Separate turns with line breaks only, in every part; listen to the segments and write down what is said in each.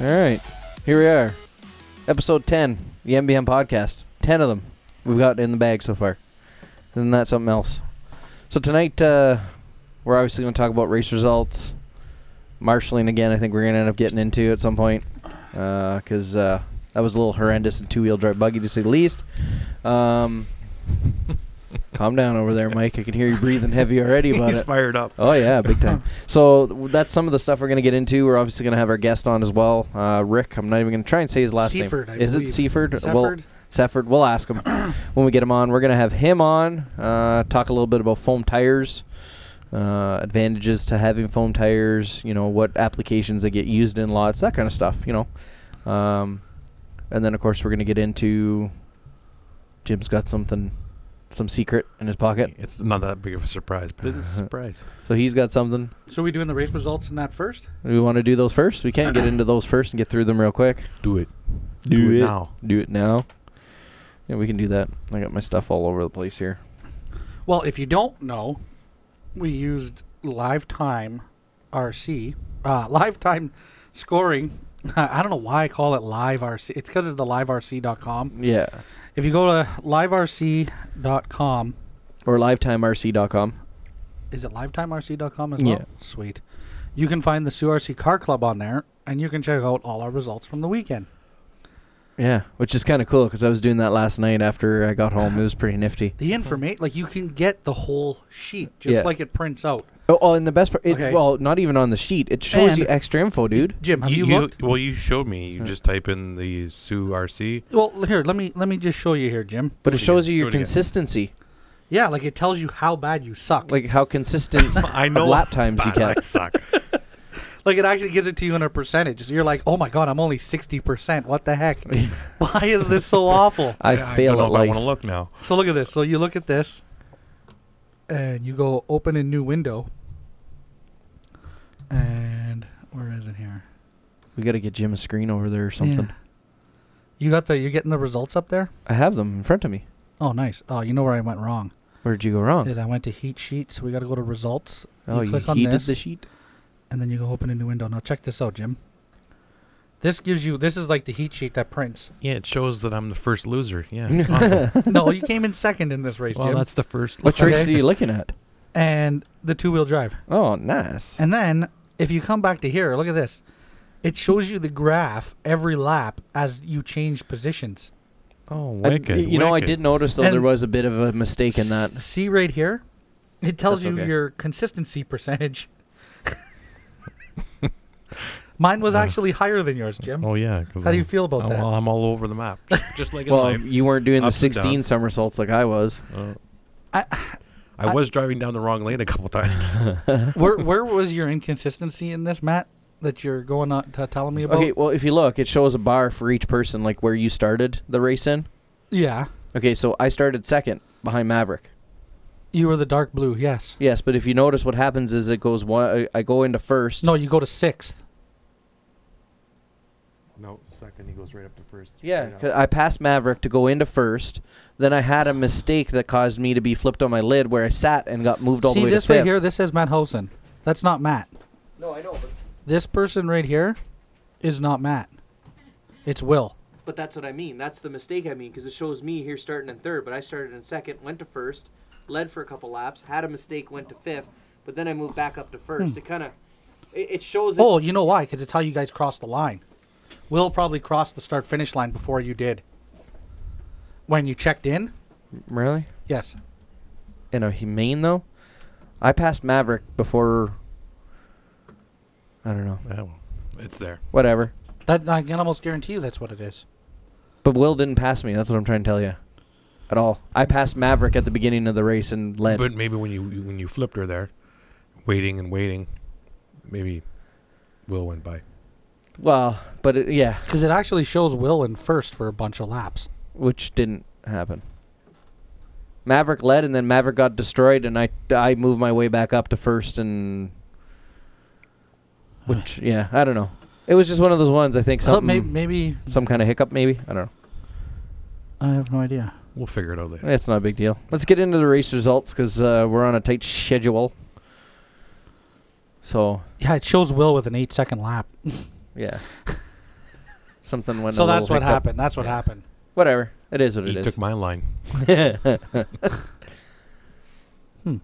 All right, here we are, episode ten, the MBM podcast. Ten of them we've got in the bag so far. Isn't that something else? So tonight uh, we're obviously going to talk about race results, marshalling again. I think we're going to end up getting into at some point because uh, that was a little horrendous and two wheel drive buggy to say the least. Um, calm down over there, Mike. I can hear you breathing heavy already about
He's
it.
fired up.
Oh yeah, big time. so w- that's some of the stuff we're gonna get into. We're obviously gonna have our guest on as well, uh, Rick. I'm not even gonna try and say his last
Seifert, I
name. Is it
believe.
Seaford? Well,
Sefford?
Sefford. We'll ask him when we get him on. We're gonna have him on. Uh, talk a little bit about foam tires, uh, advantages to having foam tires. You know what applications they get used in lots, that kind of stuff. You know, um, and then of course we're gonna get into. Jim's got something, some secret in his pocket,
It's not that big of a surprise, but it's
Uh-huh.
a surprise.
so he's got something.
So we doing the race results in that first?
Do we want to do those first? We can get into those first and get through them real quick.
Do it.
Do it.
now.
Do it now. Yeah, we can do that. I got my stuff all over the place here.
Well, if you don't know, we used live time RC, uh, live time scoring. I don't know why I call it live RC. It's because it's the liverc.com.
Yeah.
If you go to liverc.com,
Or lifetimerc.com.
is it livetimerc.com as well?
Yeah.
Sweet. You can find the Sioux RC Car Club on there, and you can check out all our results from the weekend.
Yeah, which is kind of cool because I was doing that last night after I got home. It was pretty nifty.
The information, like you can get the whole sheet, just
Hmm. Yeah.
like it prints out.
Oh, oh and the best part, it,
Okay.
well, not even on the sheet. It shows you
And-
extra info, dude.
Jim, have you, looked?
well, you showed me.
Uh.
You just type in the Sioux RC.
Well, here, let me let me just show you here, Jim.
But it
Do it
shows
again.
you your
Do it again.
consistency,
Yeah, like it tells you how bad you suck. Like,
like how consistent
I
of
know.
lap times you
I
kept.
suck.
like it actually gives it to you in a percentage. So you're like, oh my god, I'm only sixty percent. What the heck? Why is this so awful?
I fail
don't know
at
if I
life.
want to look now.
So look at this. So you look at this, and you go open a new window, and where is it here?
We got to get Jim a screen over there or something.
Yeah. You got the you're getting the results up there.
I have them in front of me.
Oh, nice. Oh, you know where I went wrong
Where did you go wrong?
is I went to heat sheet. So we got to go to results,
oh,
you
you,
click on
heated
this.
the sheet?
and then you go open a new window. Now check this out, Jim. This gives you this is like the heat sheet that prints.
Yeah, it shows that I'm the first loser. Yeah. awesome.
no, you came in second in this race,
Well,
Jim.
that's the first.
What
Okay.
race are you looking at?
And the two wheel drive.
Oh, nice.
And then if you come back to here, look at this. It shows you the graph every lap as you change positions.
Oh,
I-
wicked.
you know, I
wicked.
did notice though there
And-
was a bit of a mistake in that.
S- See right here? It tells
That's
you
okay.
your consistency percentage. Mine was
Uh,
actually higher than yours, Jim.
Oh yeah. 'cause
How do you
I'm-
feel about
I'm,
that?
I'm all over the map, just, just like in
Well,
life.
you weren't doing the
Ups and
16
downs.
somersaults like I was.
Uh,
I-
I was driving down the wrong lane a couple times.
where where was your inconsistency in this, Matt? That you're going on to telling me about?
Okay, well, if you look, it shows a bar for each person, like where you started the race in.
Yeah,
Okay, so I started second behind Maverick.
you were the dark blue. Yes.
Yes, but if you notice, what happens is it goes one. I I go into first.
No, you go to sixth.
no, second he goes right up to first.
Yeah, 'cause I passed Maverick to go into first. Then I had a mistake that caused me to be flipped on my lid, where I sat and got moved all
See
the way
this
to fifth.
right here. This says Matt Hosen. That's not Matt.
No, I know, but,
This person right here is not Matt. It's Will.
but that's what I mean. That's the mistake I mean, because it shows me here starting in third, but I started in second, went to first, led for a couple laps, had a mistake, went to fifth, but then I moved back up to first. It kind of it, it shows. It,
Oh, you know why? Because it's how you guys cross the line. Will probably crossed the start finish line before you did. When you checked in.
really?
Yes.
In a humane though, I passed Maverick before. I don't know.
Yeah, well, it's there.
Whatever.
That I can almost guarantee you that's what it is.
But Will didn't pass me. That's what I'm trying to tell you. At all. I passed Maverick at the beginning of the race and led.
But maybe when you when you flipped her there, waiting and waiting, maybe Will went by.
well, but it, yeah,
Because it actually shows Will in first for a bunch of laps.
which didn't happen. Maverick led, and then Maverick got destroyed, and I I moved my way back up to first, and which yeah, I don't know. It was just one of those ones. I think
So
something,
may- maybe
some kind of hiccup, maybe. I don't
I have no idea.
We'll figure it out later.
know. It's not a big deal. Let's get into the race results because uh, we're on a tight schedule. So
Yeah, it shows Will with an eight second lap.
yeah, Something went. a
so
little
that's what
hiccup.
happened. That's what
Yeah.
happened.
Whatever. It is what
He
it is.
took my line.
Hmm.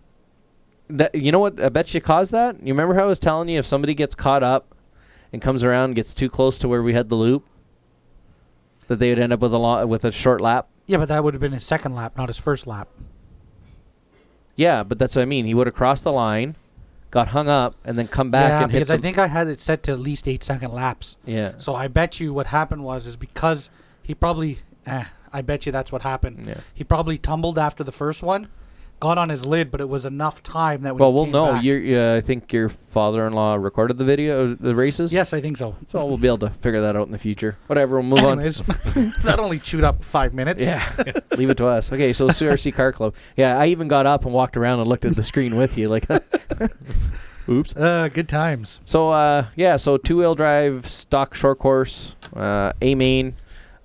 That you know what? I bet you caused that. You remember how I was telling you if somebody gets caught up and comes around and gets too close to where we had the loop, that they would end up with a lo- with a short lap.
Yeah, but that would have been his second lap, not his first lap.
Yeah, but that's what I mean. He would have crossed the line, got hung up, and then come back
yeah,
and hit.
because I
the-
think I had it set to at least eight second laps.
yeah.
So I bet you what happened was is because he probably, eh, I bet you that's what happened.
Yeah.
He probably tumbled after the first one, got on his lid, but it was enough time that when
Well,
he
we'll
came
know.
back-
Your uh, I think your father-in-law recorded the video, of the races.
Yes, I think so.
So we'll be able to figure that out in the future. Whatever. We'll move on.
Anyways, that only chewed up five minutes.
Yeah, leave it to us. Okay, so CRC Car Club. Yeah, I even got up and walked around and looked at the screen with you. Like, oops.
Uh, good times.
So uh, yeah, so two wheel drive stock short course, uh, A main,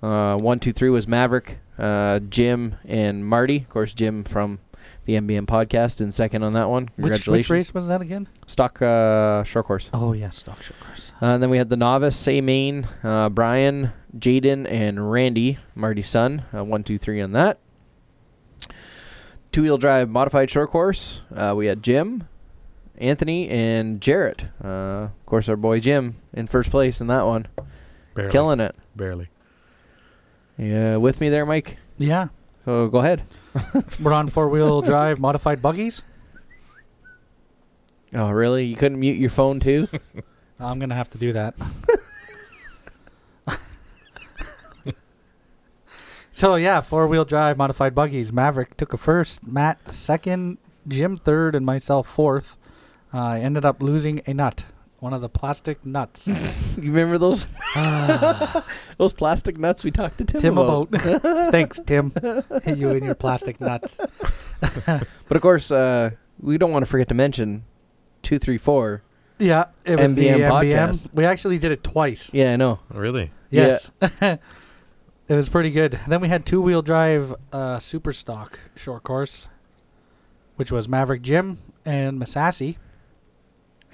uh, one two three was Maverick, uh, Jim and Marty. Of course, Jim from the MBM podcast in second on that one.
Which,
Congratulations.
which race was that again?
Stock uh, short course.
Oh yes, stock Sugars.
Uh, and then we had the novice, A main, uh, Brian, Jaden, and Randy, Marty's son. Uh, one, two, three on that. Two wheel drive modified short course. Uh, we had Jim, Anthony, and Jarrett. Uh, of course, our boy Jim in first place in that one.
Barely.
Killing it.
Barely.
Yeah, with me there, Mike.
Yeah,
So go ahead.
we're on four wheel drive modified buggies.
Oh, really? You couldn't mute your phone too?
I'm gonna have to do that. so yeah, four wheel drive modified buggies. Maverick took a first, Matt second, Jim third, and myself fourth. Uh, I ended up losing a nut, one of the plastic nuts.
you remember those
Ah,
those plastic nuts we talked to Tim,
Tim
about?
about. Thanks, Tim. you and your plastic nuts.
But of course, uh, we don't want to forget to mention two, three, four.
Yeah, it was the
MBM
MBM.
podcast.
We actually did it twice.
Yeah, I know.
Really?
Yeah.
Yes. it was pretty good. Then we had two wheel drive uh, super stock short course, which was Maverick Jim and Masassi.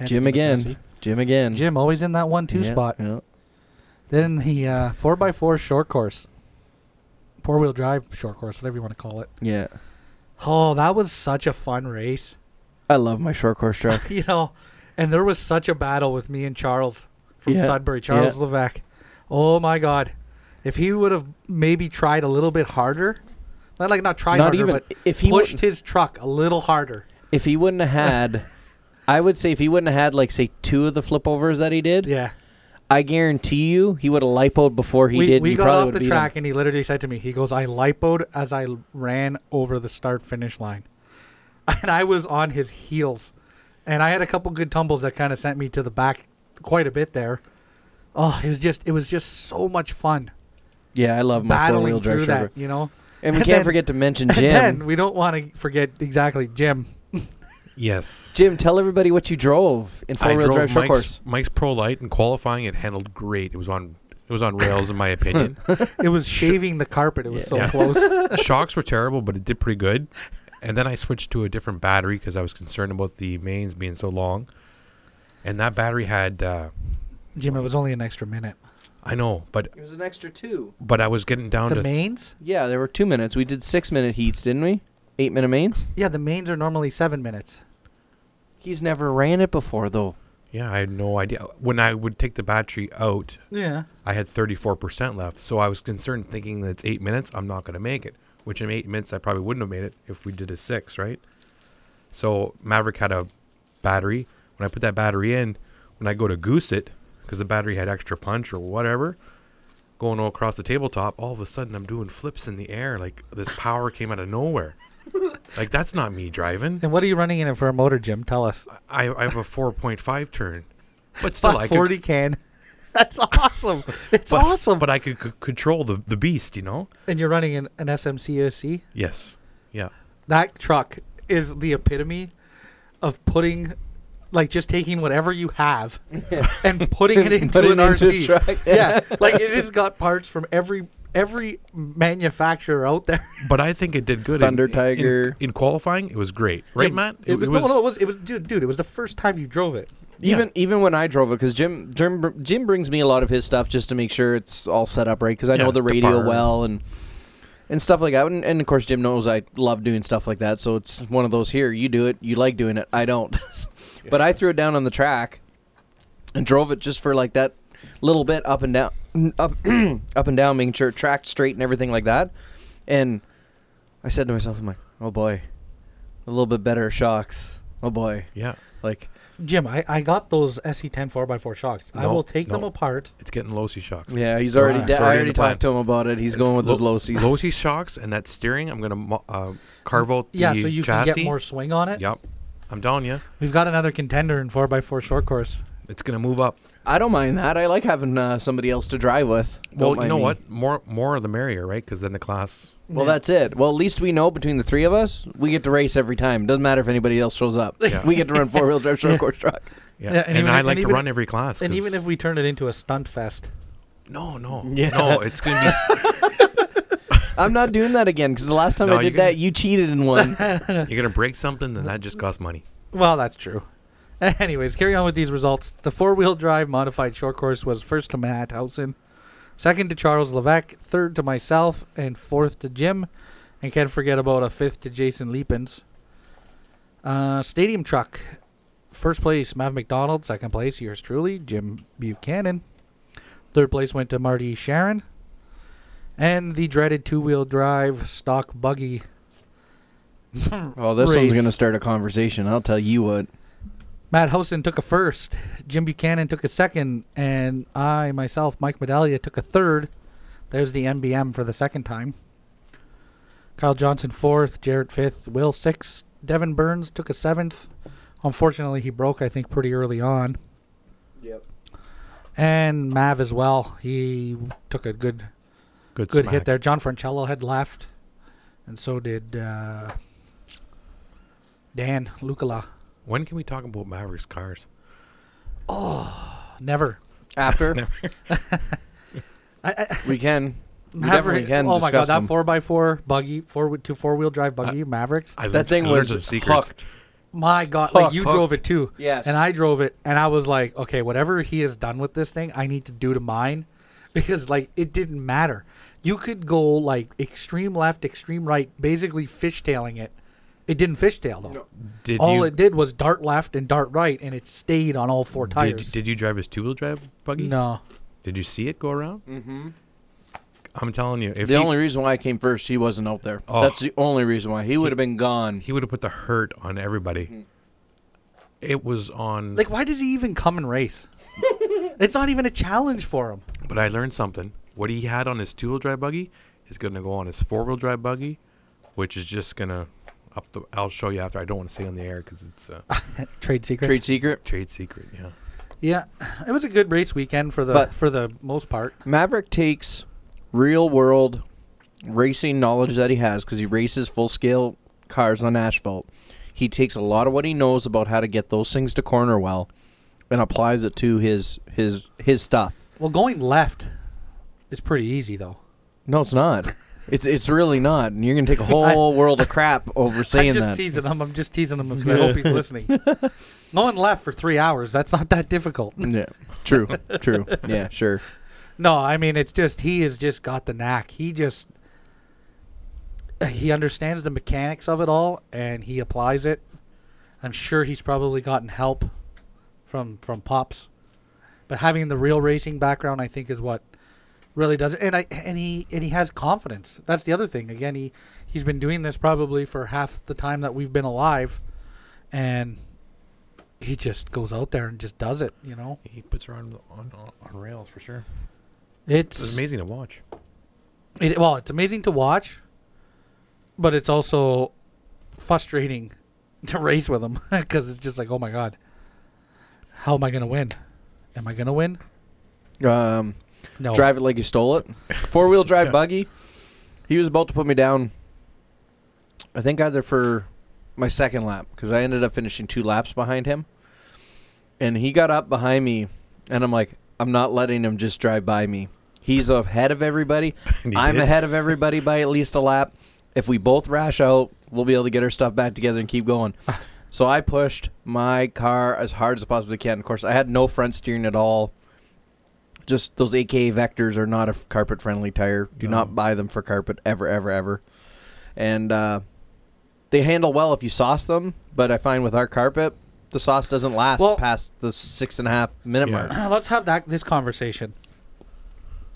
Jim again. Jim again.
Jim always in that one two
Yeah,
spot.
yeah.
Then the uh, 4x4 short course, four wheel drive short course, whatever you want to call it.
Yeah.
Oh, that was such a fun race.
I love my short course truck.
you know, and there was such a battle with me and Charles from
Yeah,
Sudbury, Charles Levesque. Oh my God, if he would have maybe tried a little bit harder, not like not tried
Not
harder,
even
but
if he
pushed
wouldn't-
his truck a little harder.
if he wouldn't have had I would say if he wouldn't have had like say two of the flip overs that he did,
Yeah,
I guarantee you he would have lipoed before he
we,
did. and
we
you
got
probably
off
would
the
beat him.
track, and he literally said to me, "He goes, I lipoed as I l- ran over the start finish line, and I was on his heels, and I had a couple good tumbles that kind of sent me to the back quite a bit there. Oh, it was just it was just so much fun."
Yeah, I love my four
battling
wheel drive
through
short
that,
course.
you know.
And we can't
And then-
forget to mention
And then
Jim.
we don't want to forget exactly Jim.
Yes.
Jim, tell everybody what you drove in
I
four wheel
drove
drive short
Mike's,
course.
Mike's Pro Light and qualifying it handled great. It was on it was on rails in my opinion.
It was shaving the carpet. It was
Yeah.
so
Yeah.
close.
Shocks were terrible, but it did pretty good. And then I switched to a different battery because I was concerned about the mains being so long. And that battery had uh,
Jim, it was only an extra minute.
I know, but
It was an extra two.
but I was getting down
The
to
mains?
Yeah, there were two minutes. We did six minute heats, didn't we? Eight minute mains.
Yeah, the mains are normally seven minutes.
He's never ran it before though.
yeah, I had no idea. When I would take the battery out,
Yeah.
I had 34% left. So I was concerned thinking that it's 8 minutes, I'm not going to make it, which in 8 minutes I probably wouldn't have made it if we did a 6, right? So Maverick had a battery. When I put that battery in, when I go to goose it because the battery had extra punch or whatever, going all across the tabletop, all of a sudden I'm doing flips in the air like this power came out of nowhere. like that's not me driving.
And what are you running in it for a motor, Jim? Tell us.
I, I have a 4.5 turn. But still, I could,
forty can. That's awesome. It's
but,
awesome.
But I could c- control the, the beast, you know?
and you're running an, an SMCSC.
Yes. Yeah.
That truck is the epitome of putting, like, just taking whatever you have and putting it into
Put it
an
into the
RC.
track.
yeah, like it has got parts from every every manufacturer out there.
But I think it did good. in-
Thunder
in,
Tiger.
In, qualifying, it was great, right,
Jim,
Matt?
It, was, no, no, it was it was dude, dude. It was the first time you drove it.
Yeah.
Even even when I drove it, because Jim Jim br- Jim brings me a lot of his stuff just to make sure it's all set up right, because I
Yeah,
know the
the
radio
bar.
well and and stuff like that. And, and of course, Jim knows I love doing stuff like that, so it's one of those here. You do it, you like doing it. I don't, but I threw it down on the track and drove it just for like that little bit up and down, up up and down, making sure it tracked straight and everything like that. And I said to myself, I'm like, oh boy, a little bit better shocks. Oh boy,
Yeah,
like.
Jim, I, I got those E SE10 4x4 shocks. I
No,
will take them
no.
apart.
it's getting low-C shocks.
Yeah, he's
Wow.
already.
It's
de- I
already in
already
the plan.
talked to him about it. He's
It's
going with his
low-
low season.
Low-C shocks and that steering. I'm gonna mo- uh, carve out the
Yeah, so you
chassis.
can get more swing on it.
Yep, I'm telling you,
We've got another contender in 4x4 short course.
it's gonna move up.
I don't mind that. I like having uh, somebody else to drive with. Don't
Well, you
mind
know
me.
what? More, more the merrier, right? Because then the class.
Well,
Yeah.
that's it. Well, at least we know between the three of us, we get to race every time. Doesn't matter if anybody else shows up.
Yeah.
We get to run four wheel drive short course truck.
Yeah,
Yeah, and
and,
even
I
if-
like
and
to
even-
run every class.
And
'cause-
even if we turn it into a stunt fest,
no, no,
Yeah.
no, it's gonna be. s-
I'm not doing that again because the last time
No,
I
you
did that,
can-
you cheated in one.
you're gonna break something, and that just costs money.
Well, that's true. Anyways, carry on with these results. The four wheel drive modified short course was first to Matt Housen, second to Charles Levesque, third to myself, and fourth to Jim. And can't forget about a fifth to Jason Leapins. Uh, stadium truck. First place, Mav McDonald. Second place, yours truly, Jim Buchanan. Third place went to Marty Sharon. And the dreaded two wheel drive stock buggy.
Oh, this
Race.
one's gonna start a conversation. I'll tell you what.
Matt Hosen took a first. Jim Buchanan took a second, and I myself, Mike Medallia, took a third. There's the NBM for the second time. Kyle Johnson fourth, Jarrett fifth, Will sixth, Devin Burns took a seventh. Unfortunately, he broke I think pretty early on,
Yep.
and Mav as well. He took a good
Good,
good
smack.
hit there. John Francello had left, and so did uh, Dan Lucala.
When can we talk about Mavericks cars?
Never.
After
I, I,
we can. We definitely
Maverick.
can
oh my god,
discuss Uh,
that
them.
four x four buggy, four two four wheel drive buggy, Mavericks.
I learned-
That thing
I learned
was
some secrets.
hooked.
My god, like
Hooked,
you drove
hooked.
it too,
Yes.
and I drove it, and I was like, okay, whatever he has done with this thing, I need to do to mine, because like it didn't matter. You could go like extreme left, extreme right, basically fishtailing it. It didn't fishtail though.
Did
all
you
it did was dart left and dart right, and it stayed on all four
did,
tires.
did you drive his two wheel drive buggy?
no,
Did you see it go around?
Mm-hmm.
I'm telling you, if
The
he,
only reason why I came first, he wasn't out there.
Oh.
That's the only reason why he would have been gone.
he would have put the hurt on everybody. It was on.
Hmm. like why does he even come and race? it's not even a challenge for him.
but I learned something. What he had on his two wheel drive buggy is going to go on his four wheel drive buggy, which is just gonna up the. I'll show you after. I don't want to say on the air because it's a
Trade secret.
Trade secret.
trade secret. Yeah.
Yeah, it was a good race weekend for the
But-
for the most part.
Maverick takes real world racing knowledge that he has because he races full scale cars on asphalt. He takes a lot of what he knows about how to get those things to corner well and applies it to his his his stuff.
Well, going left is pretty easy though.
No, it's not. It's it's really not, and you're gonna take a whole world of crap over saying
I'm just
that.
teasing him. I'm just teasing him because I hope he's listening. Going left for three hours. That's not that difficult.
yeah, true, true. Yeah, sure.
No, I mean it's just he has just got the knack. He just he understands the mechanics of it all and he applies it. I'm sure he's probably gotten help from from pops, but having the real racing background, I think, is what really does it. And I and he and he has confidence. That's the other thing. Again, he he's been doing this probably for half the time that we've been alive, and he just goes out there and just does it. You know,
He puts her on on, on rails for sure.
it's
It's amazing to watch.
It, well, it's amazing to watch, but it's also frustrating to race with him because it's just like, oh my god, how am I gonna win? Am I gonna win?
Um,
No.
Drive it like you stole it. Four wheel drive
Yeah.
buggy. He was about to put me down. I think either for my second lap because I ended up finishing two laps behind him, and he got up behind me, and I'm like, I'm not letting him just drive by me. He's ahead of everybody.
And he
I'm
did.
ahead of everybody by at least a lap. If we both rash out, we'll be able to get our stuff back together and keep going. So I pushed my car as hard as I possibly can. Of course, I had no front steering at all. Just those AK Vectors are not a carpet friendly tire. Do
No.
not buy them for carpet ever, ever, ever. And uh, they handle well if you sauce them, but I find with our carpet, the sauce doesn't last
Well-
past the six and a half minute
Yeah.
mark.
Let's have that this conversation.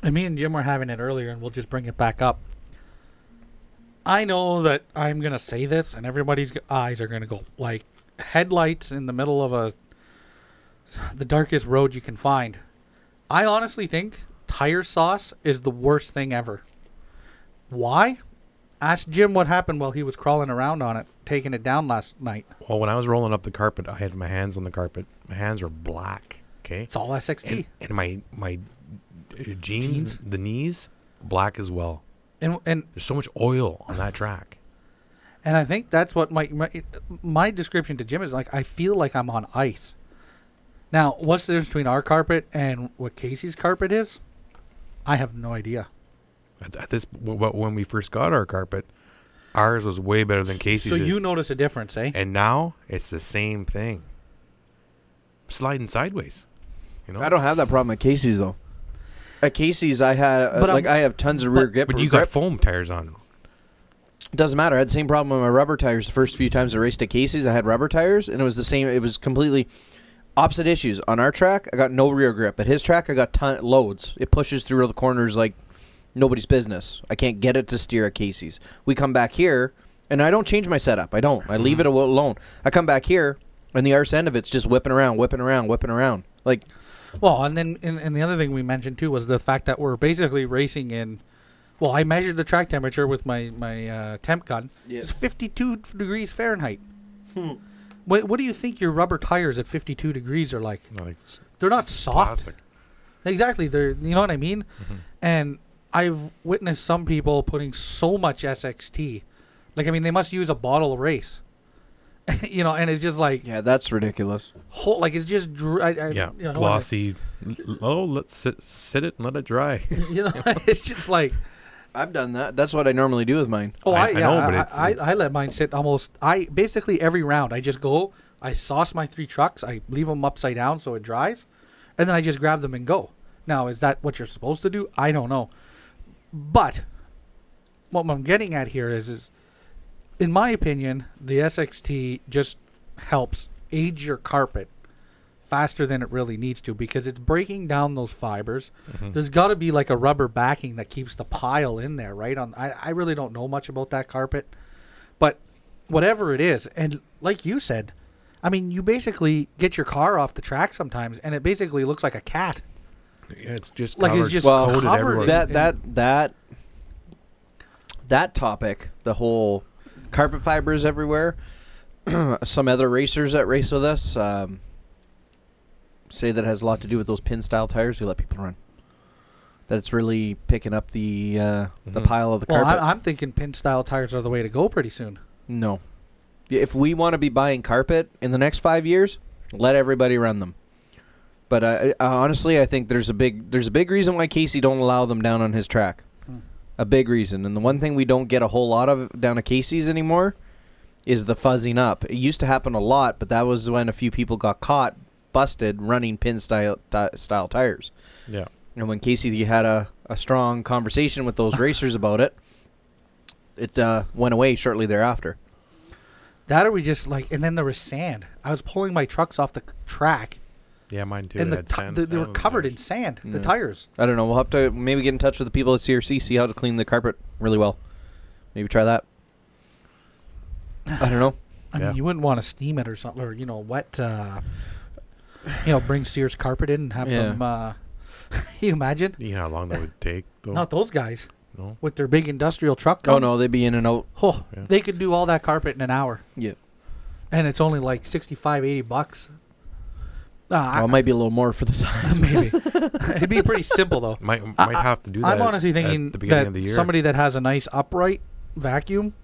And me and Jim were having it earlier, and we'll just bring it back up. I know that I'm gonna say this, and everybody's g- eyes are gonna go like headlights in the middle of a the darkest road you can find. I honestly think tire sauce is the worst thing ever. Why? Ask Jim what happened while he was crawling around on it, taking it down last night.
Well, when I was rolling up the carpet, I had my hands on the carpet. My hands were black. Okay.
It's all SXT.
And, and my my uh, jeans,
Jeans?
the knees, black as well.
and and
There's so much oil on that track.
And I think that's what my, my my description to Jim is like. I feel like I'm on ice. Now, what's the difference between our carpet and what Casey's carpet is? I have no idea.
At, at this, w- w- when we first got our carpet, ours was way better than Casey's.
so
is.
you notice a difference, eh?
and now it's the same thing. Sliding sideways. You know.
I don't have that problem at Casey's though. At Casey's, I had uh,
But I'm-
like I have tons of
but-
rear grip.
But you
grip.
got foam tires on.
Doesn't matter. I had the same problem with my rubber tires the first few times I raced at Casey's. I had rubber tires, and it was the same. It was completely opposite issues. On our track, I got no rear grip. At his track, I got ton- loads. It pushes through all the corners like nobody's business. I can't get it to steer at Casey's. We come back here, and I don't change my setup. I don't. I leave it al- alone. I come back here, and the arse end of it's just whipping around, whipping around, whipping around. Like
Well, and then and, and the other thing we mentioned too was the fact that we're basically racing in. Well, I measured the track temperature with my my uh, temp gun. It's 52 degrees Fahrenheit. Hmm. What, what do you think your rubber tires at 52 degrees are like?
Like s-
They're not soft.
plastic.
Exactly. They're you know what I mean?
Mm-hmm.
And I've witnessed some people putting so much SXT. Like I mean they must use a bottle of race. you know, and it's just like
yeah, that's ridiculous.
whole like it's just dr- I, I,
Yeah.
you know,
Glossy. L- Oh, let's sit, sit it and let it dry.
You know, it's just like
I've done that. That's what I normally do with mine.
oh I,
I- I
yeah,
know,
I,
but it's-
I,
it's-
I let mine sit almost I basically every round I just go I sauce my three trucks, I leave them upside down so it dries, and then I just grab them and go. Now, is that what you're supposed to do? I don't know. But what I'm getting at here is is in my opinion, the SXT just helps age your carpet faster than it really needs to because it's breaking down those fibers. There's got to be like a rubber backing that keeps the pile in there, right? On I, I really don't know much about that carpet, but whatever it is, and like you said, I mean, you basically get your car off the track sometimes, and it basically looks like a cat.
Yeah, it's just
Like, it's
covered-
just
Well,
coated
covered
everywhere.
in-
that that that that topic, the whole carpet fibers everywhere. Some other racers that race with us um, say that has a lot to do with those pin style tires we let people run. That it's really picking up the uh, the
Mhm.
pile of the
Well,
carpet.
I, I'm thinking pin style tires are the way to go pretty soon.
no, Yeah, if we want to be buying carpet in the next five years, let everybody run them. But I, I, honestly, I think there's a big there's a big reason why Casey don't allow them down on his track. a big reason. And the one thing we don't get a whole lot of down at Casey's anymore is the fuzzing up. It used to happen a lot, but that was when a few people got caught busted running pin style ti style tires.
Yeah.
And when Casey had a, a strong conversation with those racers about it, it uh, went away shortly thereafter.
That or we just like, and then there was sand. I was pulling my trucks off the c- track,
Yeah, mine too. Oh,
and
it
the
had
ti-
sand-
they, they
sand
were
on the
covered
tires.
in sand. The
Yeah.
tires.
I don't know. We'll have to maybe get in touch with the people at CRC, see how to clean the carpet really well. Maybe try that. I don't know.
I
Yeah.
mean, you wouldn't want to steam it or something, or you know, wet. Uh, you know, bring Sears carpet in and have
Yeah.
them. Uh, you imagine?
You know how long that would take, though?
Not those guys
no.
with their big industrial truck.
Oh
come-
no, they'd be in and out.
Oh,
Yeah.
they could do all that carpet in an hour,
Yeah.
and it's only like 65, 80 bucks. Uh, I-
Well, Oh, it might be a little more for the size.
maybe it'd be pretty simple though.
Might might
I- I-
have to do that.
I'm honestly
at
thinking
the beginning
that
of the year.
somebody that has a nice upright vacuum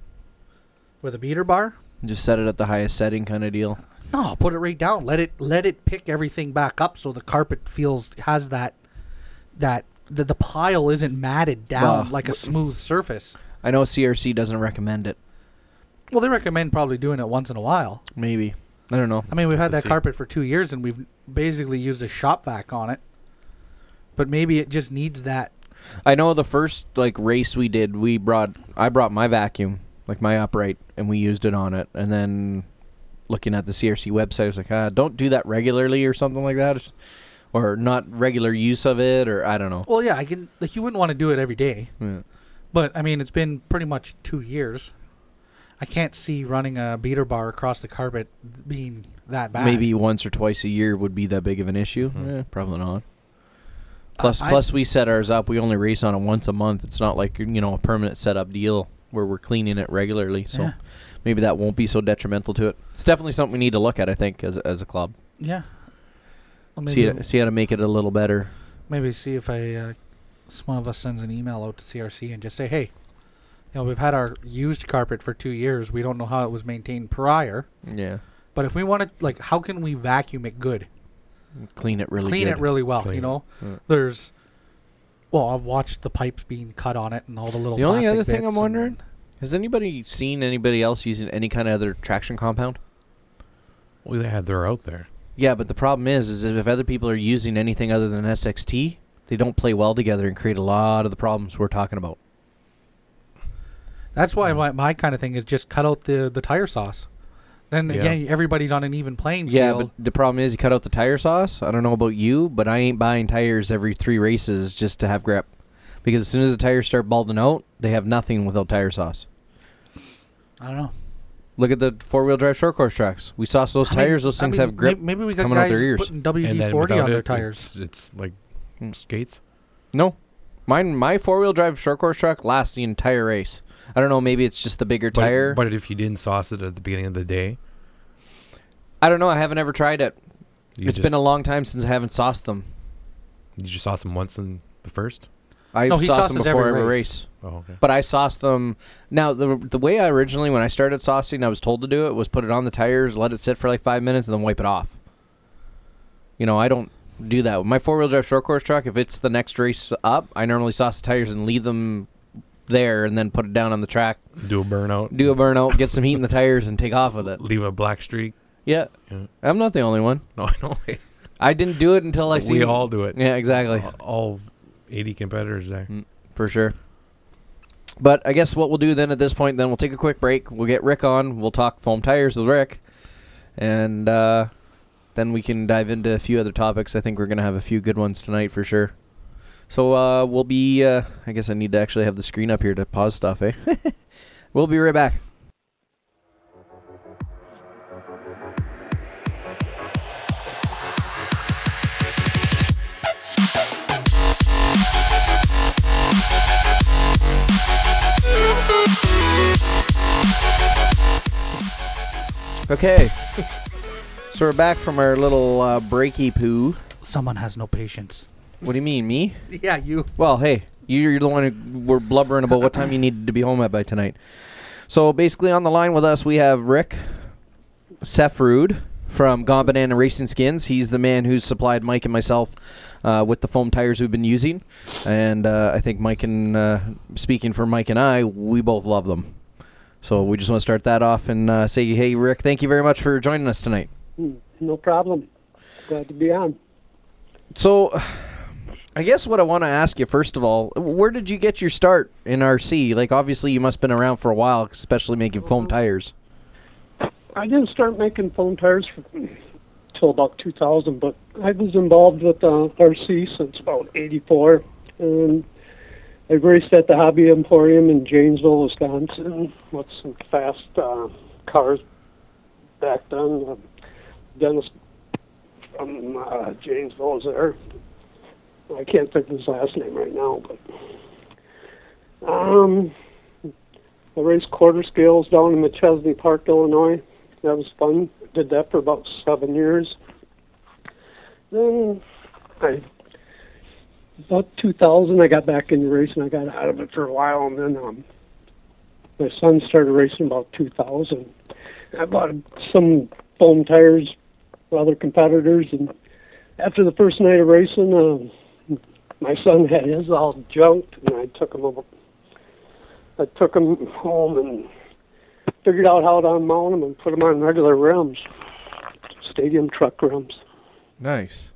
with a beater bar,
Just set it at the highest setting kind of deal.
no, put it right down. Let it let it pick everything back up so the carpet feels has that that the, the pile isn't matted down
Well,
like a smooth surface.
I know CRC doesn't recommend it.
Well, they recommend probably doing it once in a while.
Maybe. I don't know.
I mean, we've had
to
that
see.
carpet for two years, and we've basically used a shop vac on it. But maybe it just needs that.
I know the first like race we did, we brought I brought my vacuum, like my upright, and we used it on it. And then looking at the CRC website, I was like, ah, don't do that regularly or something like that, It's- or not regular use of it, or I don't know.
Well, yeah, I can. Like, you wouldn't want to do it every day,
Yeah.
but I mean, it's been pretty much two years. I can't see running a beater bar across the carpet being that bad.
Maybe once or twice a year would be that big of an issue.
Hmm.
Eh, probably not. Plus,
Mm-hmm. I-
plus we set ours up. We only race on it once a month. It's not like you know a permanent setup deal where we're cleaning it regularly. So
Yeah.
maybe that won't be so detrimental to it. It's definitely something we need to look at. I think as as a club,
Yeah. Well,
see
maybe,
it, see how to make it a little better.
maybe see if I, uh, s- one of us sends an email out to CRC and just say, hey, you know, we've had our used carpet for two years. We don't know how it was maintained prior.
Yeah,
But if we want to, like, how can we vacuum it good?
clean it really.
clean
good.
it really well,
Clean
you
it.
know?
Yeah.
There's, well, I've watched the pipes being cut on it and all the little
The only
plastic
other thing
bits
I'm
and-
wondering- Has anybody seen anybody else using any kind of other traction compound?
Well, they had their out there.
Yeah, but the problem is, is if other people are using anything other than SXT, they don't play well together and create a lot of the problems we're talking about.
That's why
Mm.
my, my kind of thing is just cut out the, the tire sauce. Then
Yeah.
again, everybody's on an even playing
Yeah,
field.
but the problem is, you cut out the tire sauce. I don't know about you, but I ain't buying tires every three races just to have grip, because as soon as the tires start balding out, they have nothing without tire sauce.
I don't know.
Look at the four wheel drive short course tracks. We saw those
I mean-
tires; those
I
things
mean,
have grip.
may- Maybe we got
coming out
guys
their ears.
putting
and then
WD-40
without
on their
it,
tires.
It's, it's like
Mm.
skates.
No, mine my four wheel drive short course truck lasts the entire race. I don't know. Maybe it's just the bigger
But-
tire.
But, if you didn't sauce it at the beginning of the day,
I don't know. I haven't ever tried it.
you
It's
just,
been a long time since I haven't sauced them.
you just sauce them once in the first.
I've
No, he
sauced them
sauces
before
every
every race.
race.
Oh, okay.
But I sauced them. Now the the way I originally when I started saucing, I was told to do it was put it on the tires, let it sit for like five minutes, and then wipe it off. You know, I don't do that with my four wheel drive short course truck. If it's the next race up, I normally sauce the tires and leave them there, and then put it down on the track,
Do a burnout.
do a burnout, get some heat in the tires, and take off with it.
Leave a black streak.
Yeah,
Yeah.
I'm not the only one.
No, I know.
I didn't do it until I see.
we all do it.
Yeah, exactly.
All- All 80 competitors there.
for sure. But I guess what we'll do then at this point, then we'll take a quick break. We'll get Rick on. We'll talk foam tires with Rick, and uh, then we can dive into a few other topics. I think we're gonna have a few good ones tonight for sure. So uh, we'll be. Uh, I guess I need to actually have the screen up here to pause stuff. Eh. we'll be right back. Okay. so we're back from our little uh, breaky poo.
Someone has no patience.
What do you mean, me?
Yeah, you.
Well, hey, you're the one who were blubbering about what time you needed to be home at by tonight. So basically, on the line with us, we have Rick Sefrud from Gone Banana Racing Skins. He's the man who's supplied Mike and myself uh, with the foam tires we've been using, and uh, I think Mike and uh, speaking for Mike and I, we both love them. So we just want to start that off and uh, say, hey, Rick, thank you very much for joining us tonight.
Mm, No problem. Glad to be on.
So, I guess what I want to ask you first of all, where did you get your start in RC? Like, obviously, you must have been around for a while, especially making foam tires.
I didn't start making foam tires for, till about 2000, but I was involved with uh, RC since about 84. And I've raced at the Hobby Emporium in Janesville, Wisconsin with some fast uh, cars back then. Uh, Dennis from uh, Janesville was there. I can't think of his last name right now, but um, I raced quarter scales down in McChesney Park, Illinois. That was fun. Did that for about seven years. Then I, about 2000, I got back into racing. I got out of it for a while, and then um, my son started racing about 2000. I bought some foam tires for other competitors, and after the first night of racing, um, my son had his all junked, and I took him over. I took him home and figured out how to unmount them and put them on regular rims. stadium truck runs.
Nice.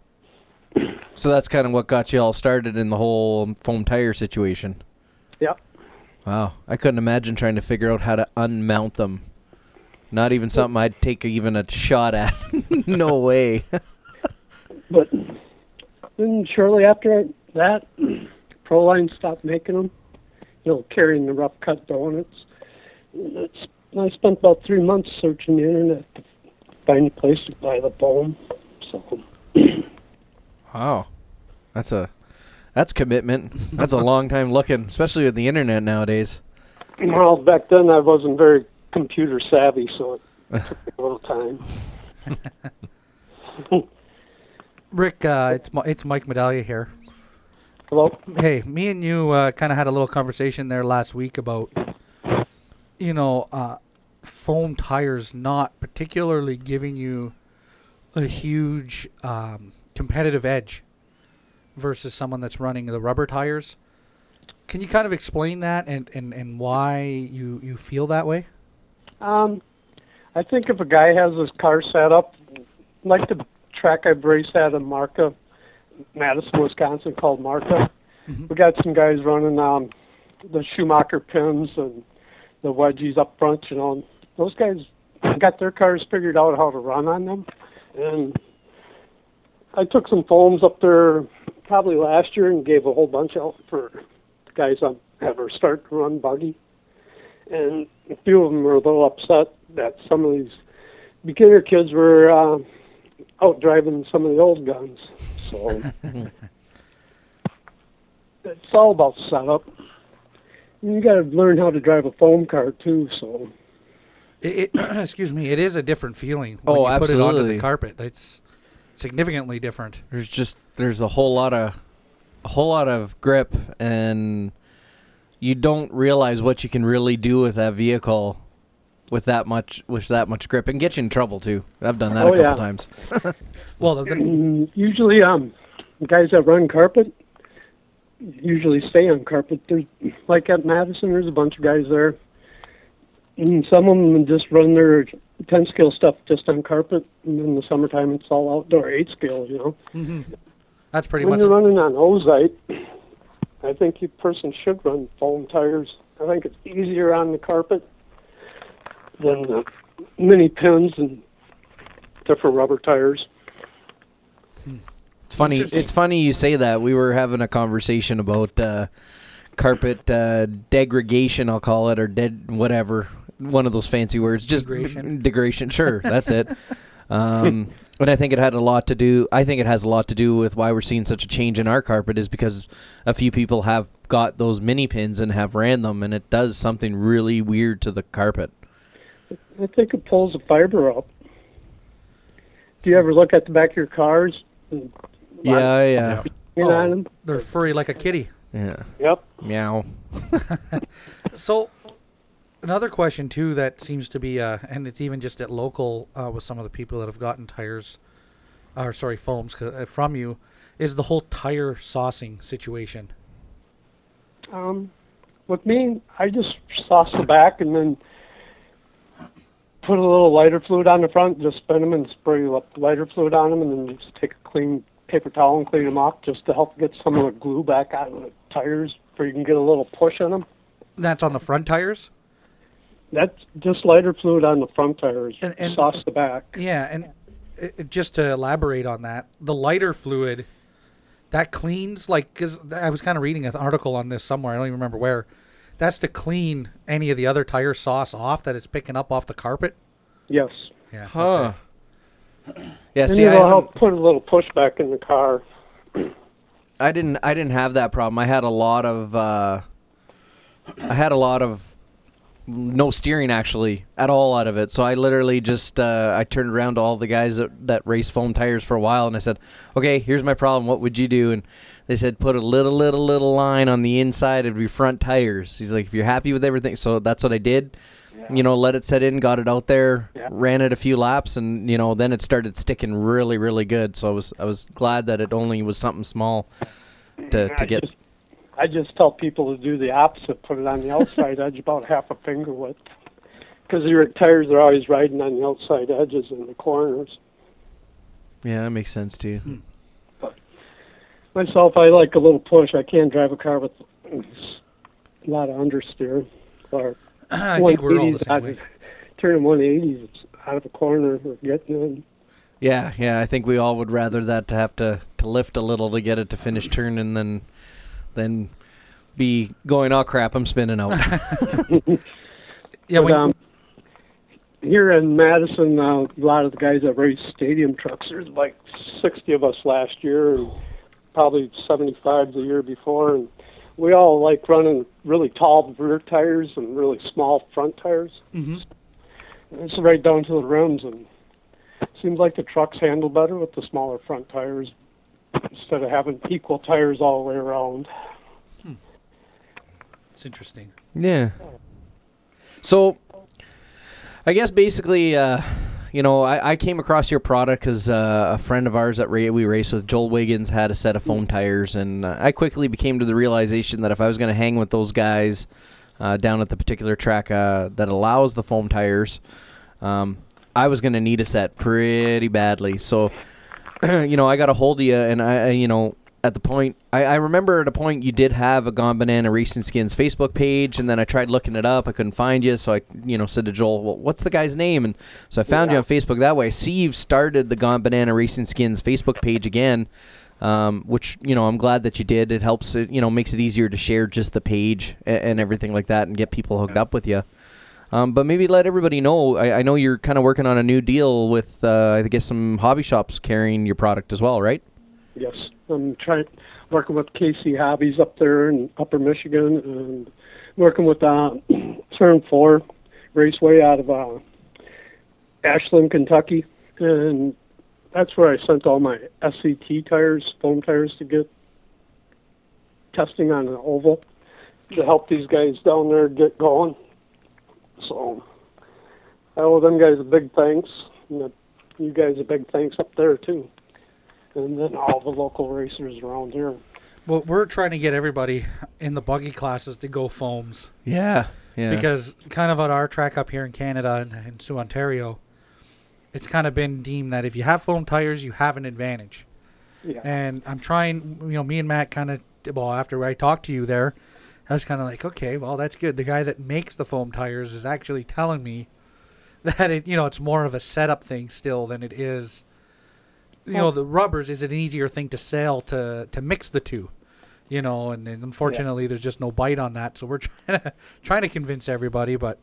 So that's kind of what got you all started in the whole foam tire situation.
Yep.
Wow. I couldn't imagine trying to figure out how to unmount them. Not even something I'd take even a shot at. no way.
But then shortly after that, Proline stopped making them, you know, carrying the rough cut donuts. And that's- I spent about three months searching the internet to find a place to buy the foam. So,
Wow. That's a that's commitment. That's a long time looking, especially with the internet nowadays.
well, back then I wasn't very computer savvy, so it took me a little time.
Rick, uh, it's Mi- it's Mike Medallia here.
Hello?
Hey, me and you uh, kind of had a little conversation there last week about, you know, uh, foam tires not particularly giving you a huge um, competitive edge versus someone that's running the rubber tires. Can you kind of explain that and, and, and why you, you feel that way?
Um, I think if a guy has his car set up, like the track I've raced at in Marca, Madison, Wisconsin, called Marca,
Mm-hmm.
we got some guys running um, the Schumacher pins and the wedgies up front, you know. And those guys got their cars figured out how to run on them. And I took some foams up there probably last year and gave a whole bunch out for guys that have our start to run buggy and a few of them were a little upset that some of these beginner kids were uh, out driving some of the old guns. So it's all about setup. And You got to learn how to drive a foam car too. So
It, it excuse me, it is a different feeling when
Oh,
you put it onto
absolutely.
the carpet. It's significantly different.
There's just there's a whole lot of a whole lot of grip and you don't realize what you can really do with that vehicle with that much with that much grip and get you in trouble too. I've done that
Oh,
a couple
yeah.
times.
Well, the, the,
mm, usually, um, guys that run carpet usually stay on carpet. There's like at Madison, there's a bunch of guys there. And some of them just run their ten scale stuff just on carpet, and in the summertime it's all outdoor eight scale. You know,
mm-hmm. that's pretty
when
much
you're running on ozite, I think your person should run foam tires. I think it's easier on the carpet than the mini pins and different rubber tires.
It's funny.
Interesting.
It's funny you say that. We were having a conversation about uh, carpet uh, degradation. I'll call it or dead whatever. One of those fancy words. Just
Degradation.
Degradation. Sure, that's it. Um, and I think it had a lot to do. I think it has a lot to do with why we're seeing such a change in our carpet is because a few people have got those mini pins and have ran them, and it does something really weird to the carpet.
I think it pulls the fiber up. Do you ever look at the back of your cars? And
Yeah, yeah,
lean on them?
Oh, They're furry like a kitty.
yeah.
Yep.
Meow.
So, another question too that seems to be, uh, and it's even just at local uh, with some of the people that have gotten tires, or sorry, foams c- uh, from you, is the whole tire saucing situation.
Um, with me, I just sauce the back and then put a little lighter fluid on the front, just spin them and spray li- lighter fluid on them, and then just take a clean paper towel and clean them off just to help get some of the glue back on the tires where you can get a little push on them.
That's on the front tires.
That's just lighter fluid on the front tires,
And- and-
sauce the back.
Yeah, and i i- just to elaborate on that, the lighter fluid that cleans like because I was kind of reading an article on this somewhere. I don't even remember where. That's to clean any of the other tire sauce off that it's picking up off the carpet.
Yes.
Yeah.
Huh. Yeah.
And
See, I haven't-
it'll help put a little push back in the car.
I didn't I didn't have that problem. I had a lot of uh, I had a lot of no steering actually at all out of it. So I literally just uh, I turned around to all the guys that, that race foam tires for a while and I said, "Okay, here's my problem. What would you do?" And they said, "Put a little little little line on the inside of your front tires." He's like, "If you're happy with everything." So that's what I did. You know, let it set in, got it out there,
Yeah.
ran it a few laps, and you know, then it started sticking really, really good. So I was, I was glad that it only was something small to, to
I
get.
Just, I just tell people to do the opposite. Put it on the outside edge, about half a finger width, because your tires are always riding on the outside edges and the corners.
Yeah, that makes sense too.
Hmm. Myself, I like a little push. I can't drive a car with a lot of understeer or
I think we're all the
180s out
same
of-
way.
turning 180s out of the corner or getting in.
Yeah, yeah. I think we all would rather that to have to, to lift a little to get it to finish turning than than be going, oh crap, I'm spinning out.
Yeah,
but,
when,
um, here in Madison, uh, a lot of the guys that race stadium trucks, there's like 60 of us last year, and probably 75 the year before, and we all like running really tall rear tires and really small front tires.
Mhm.
It's right down to the rims, and seems like the trucks handle better with the smaller front tires instead of having equal tires all the way around.
it's interesting.
Yeah. So, I guess basically, uh, you know, I, I came across your product because uh, a friend of ours that ra- we raced with, Joel Wiggins, had a set of
Hmm.
foam tires, and uh, I quickly became to the realization that if I was going to hang with those guys uh, down at the particular track uh, that allows the foam tires, um, I was going to need a set pretty badly. So, you know, I got a hold of you, and I, I you know, at the point, I, I remember at a point you did have a Gone Banana Racing Skins Facebook page, and then I tried looking it up. I couldn't find you, so I, you know, said to Joel, well, what's the guy's name? And so I found you
Yeah.
on Facebook that way. I see you've started the Gone Banana Racing Skins Facebook page again. Um, which you know, I'm glad that you did. It helps, it you know, makes it easier to share just the page and, and everything like that, and get people hooked up with you. Um, but maybe let everybody know. I, I know you're kind of working on a new deal with, uh, I guess, some hobby shops carrying your product as well, right?
Yes, I'm trying working with KC Hobbies up there in Upper Michigan, and working with uh, Turn Four Raceway out of uh, Ashland, Kentucky, and that's where I sent all my SCT tires, foam tires, to get testing on an oval to help these guys down there get going. So I owe them guys a big thanks, and you guys a big thanks up there too and then all the local racers around here.
Well, we're trying to get everybody in the buggy classes to go foams
Yeah. Yeah.
because kind of on our track up here in Canada and, and to Ontario, it's kind of been deemed that if you have foam tires, you have an advantage.
Yeah.
and I'm trying. You know, me and Matt kind of well after I talked to you there, I was kind of like, okay, well that's good. The guy that makes the foam tires is actually telling me that it, you know, it's more of a setup thing still than it is. You know,
Well-
the rubbers is an easier thing to sell to to mix the two. You know, and, and unfortunately, there's just no bite on that. So we're trying to trying to convince everybody, but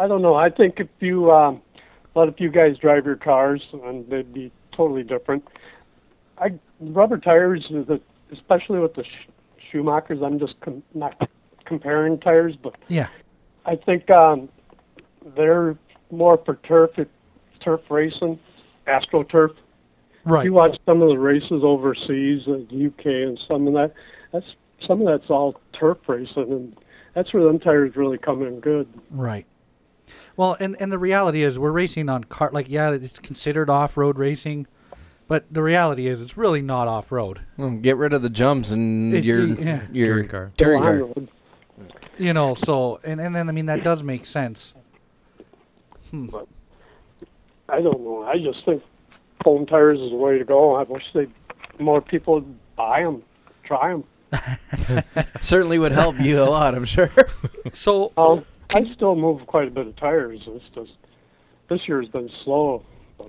I don't know. I think if you um, let a few guys drive your cars, and they'd be totally different. I rubber tires, is the, especially with the sh- Schumachers, I'm just com- not comparing tires, but
yeah,
I think um, they're more for turf turf racing, astroturf.
right.
You watch some of the races overseas, uh, UK, and some of that. That's some of that's all turf racing, and that's where them tires really come in good.
Right. Well, and and the reality is we're racing on car like yeah, it's considered off-road racing, but the reality is it's really not off-road.
Well, get rid of the jumps and
It-
your
yeah.
your
Touring car.
touring car.
Line road.
You know, so and and then I mean that does make sense.
I don't know. I just think foam tires is the way to go. I wish they more people would buy them, try them.
Certainly would help you a lot, I'm sure.
So
Um, I still move quite a bit of tires. It's just this year's been slow, but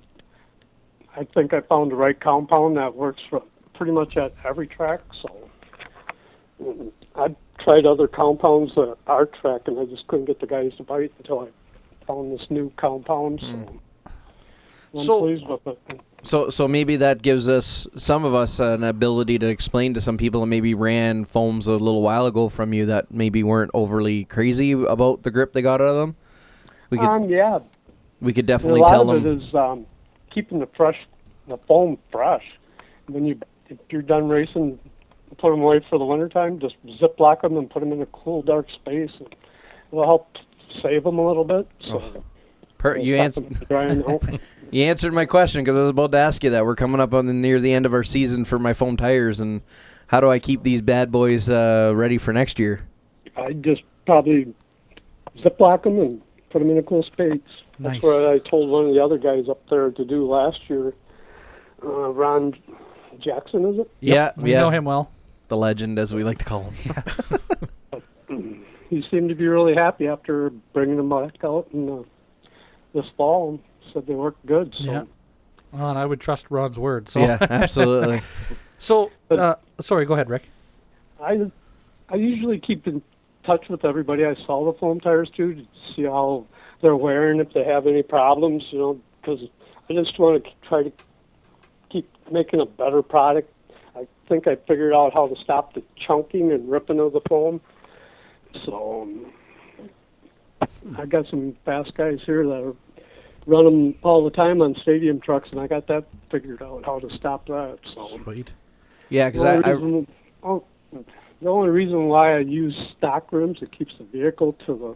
I think I found the right compound that works for pretty much at every track. So mm, I tried other compounds at our track, and I just couldn't get the guys to bite until I found this new compound. So
Hmm.
I'm
So-
pleased with it.
so so maybe that gives us some of us an ability to explain to some people that maybe ran foams a little while ago from you that maybe weren't overly crazy about the grip they got out of them. We could
Um, yeah,
we could
And a
definitely
lot
tell
of
them.
it is um, keeping the fresh, the foam fresh. When you if you're done racing, put them away for the winter time. Just zip lock them and put them in a cool, dark space. And it'll help save them a little bit. So
Per-
it'll
Oh, you
stop
answer.
them from drying out.
You answered my question because I was about to ask you that. We're coming up on the near the end of our season for my foam tires, and how do I keep these bad boys uh, ready for next year?
I just probably zip lock them and put them in a cool space.
Nice.
That's what I told one of the other guys up there to do last year. uh, Ron Jackson, is it?
Yep,
yeah,
we
yeah.
know him well.
The legend, as we like to call him.
He seemed to be really happy after bringing them back out in, uh, this fall and said they worked good. So
Yeah. Well, and I would trust Ron's word. So,
yeah, absolutely.
so uh, sorry. Go ahead, Rick.
I I usually keep in touch with everybody I sell the foam tires to to see how they're wearing, if they have any problems, you know, because I just want to try to keep making a better product. I think I figured out how to stop the chunking and ripping of the foam. So um, I got some fast guys here that are, run them all the time on stadium trucks, and I got that figured out how to stop that. So
Sweet.
Yeah, because
the only
I, I
reason- oh, the only reason why I use stock rims it keeps the vehicle to the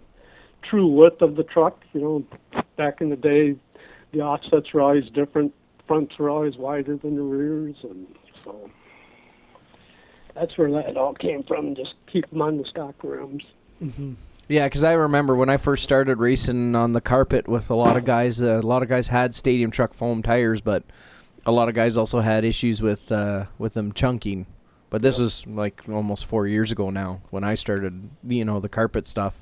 true width of the truck. You know, back in the day, the offsets were always different, fronts were always wider than the rears, and so that's where that all came from. Just keep them on the stock rims.
Yeah, because I remember when I first started racing on the carpet with a lot of guys. Uh, a lot of guys had stadium truck foam tires, but a lot of guys also had issues with uh, with them chunking. But this was like almost four years ago now when I started, you know, the carpet stuff.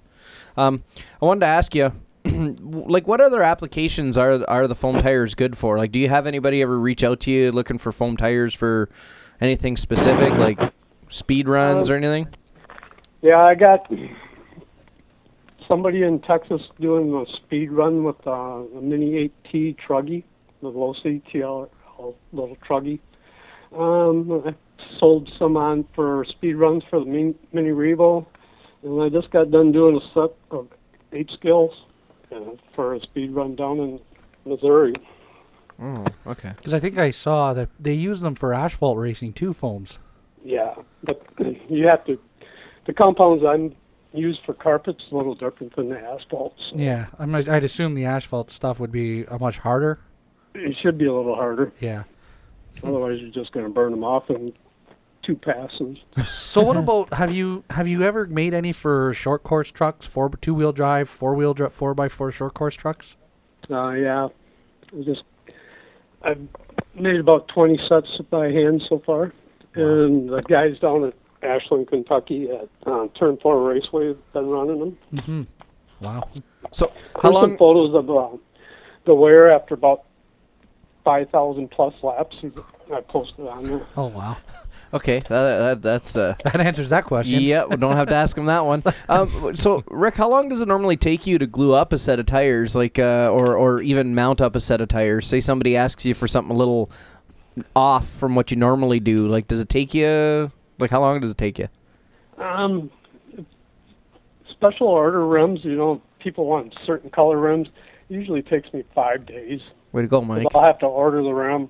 Um, I wanted to ask you, like, what other applications are are the foam tires good for? Like, do you have anybody ever reach out to you looking for foam tires for anything specific, like speed runs or anything?
Yeah, I got somebody in Texas doing a speed run with uh, a Mini 8T Truggy, the low CTL little Truggy. Um, I sold some on for speed runs for the Mini, mini Revo, and I just got done doing a set of eight skills uh, for a speed run down in Missouri.
Oh, okay.
Because I think I saw that they use them for asphalt racing too. Foams.
Yeah, but you have to. The compounds I'm used for carpets a little different than the asphalt. So
Yeah, I'm, I'd assume the asphalt stuff would be uh, much harder.
It should be a little harder.
Yeah.
Mm-hmm. Otherwise, you're just going to burn them off in two passes.
So what about have you have you ever made any for short course trucks, four two wheel drive, four wheel drive, four by four short course trucks?
Uh, yeah, I just I've made about 20 sets by hand so far, and the guys down at Ashland, Kentucky, at uh, Turn Four Raceway, have been running them.
Wow.
So, how
There's some
long?
photos of uh, the wear after about 5,000 plus laps. I posted on there.
Oh wow.
Okay, that, that that's uh.
That answers that question.
Yeah, we don't have to ask him that one. Um, so, Rick, how long does it normally take you to glue up a set of tires, like, uh, or or even mount up a set of tires? Say somebody asks you for something a little off from what you normally do. Like, does it take you? Like, how long does it take you?
Um, special order rims, you know, people want certain color rims. Usually takes me five days.
Way to go, Mike.
I'll have to order the rim.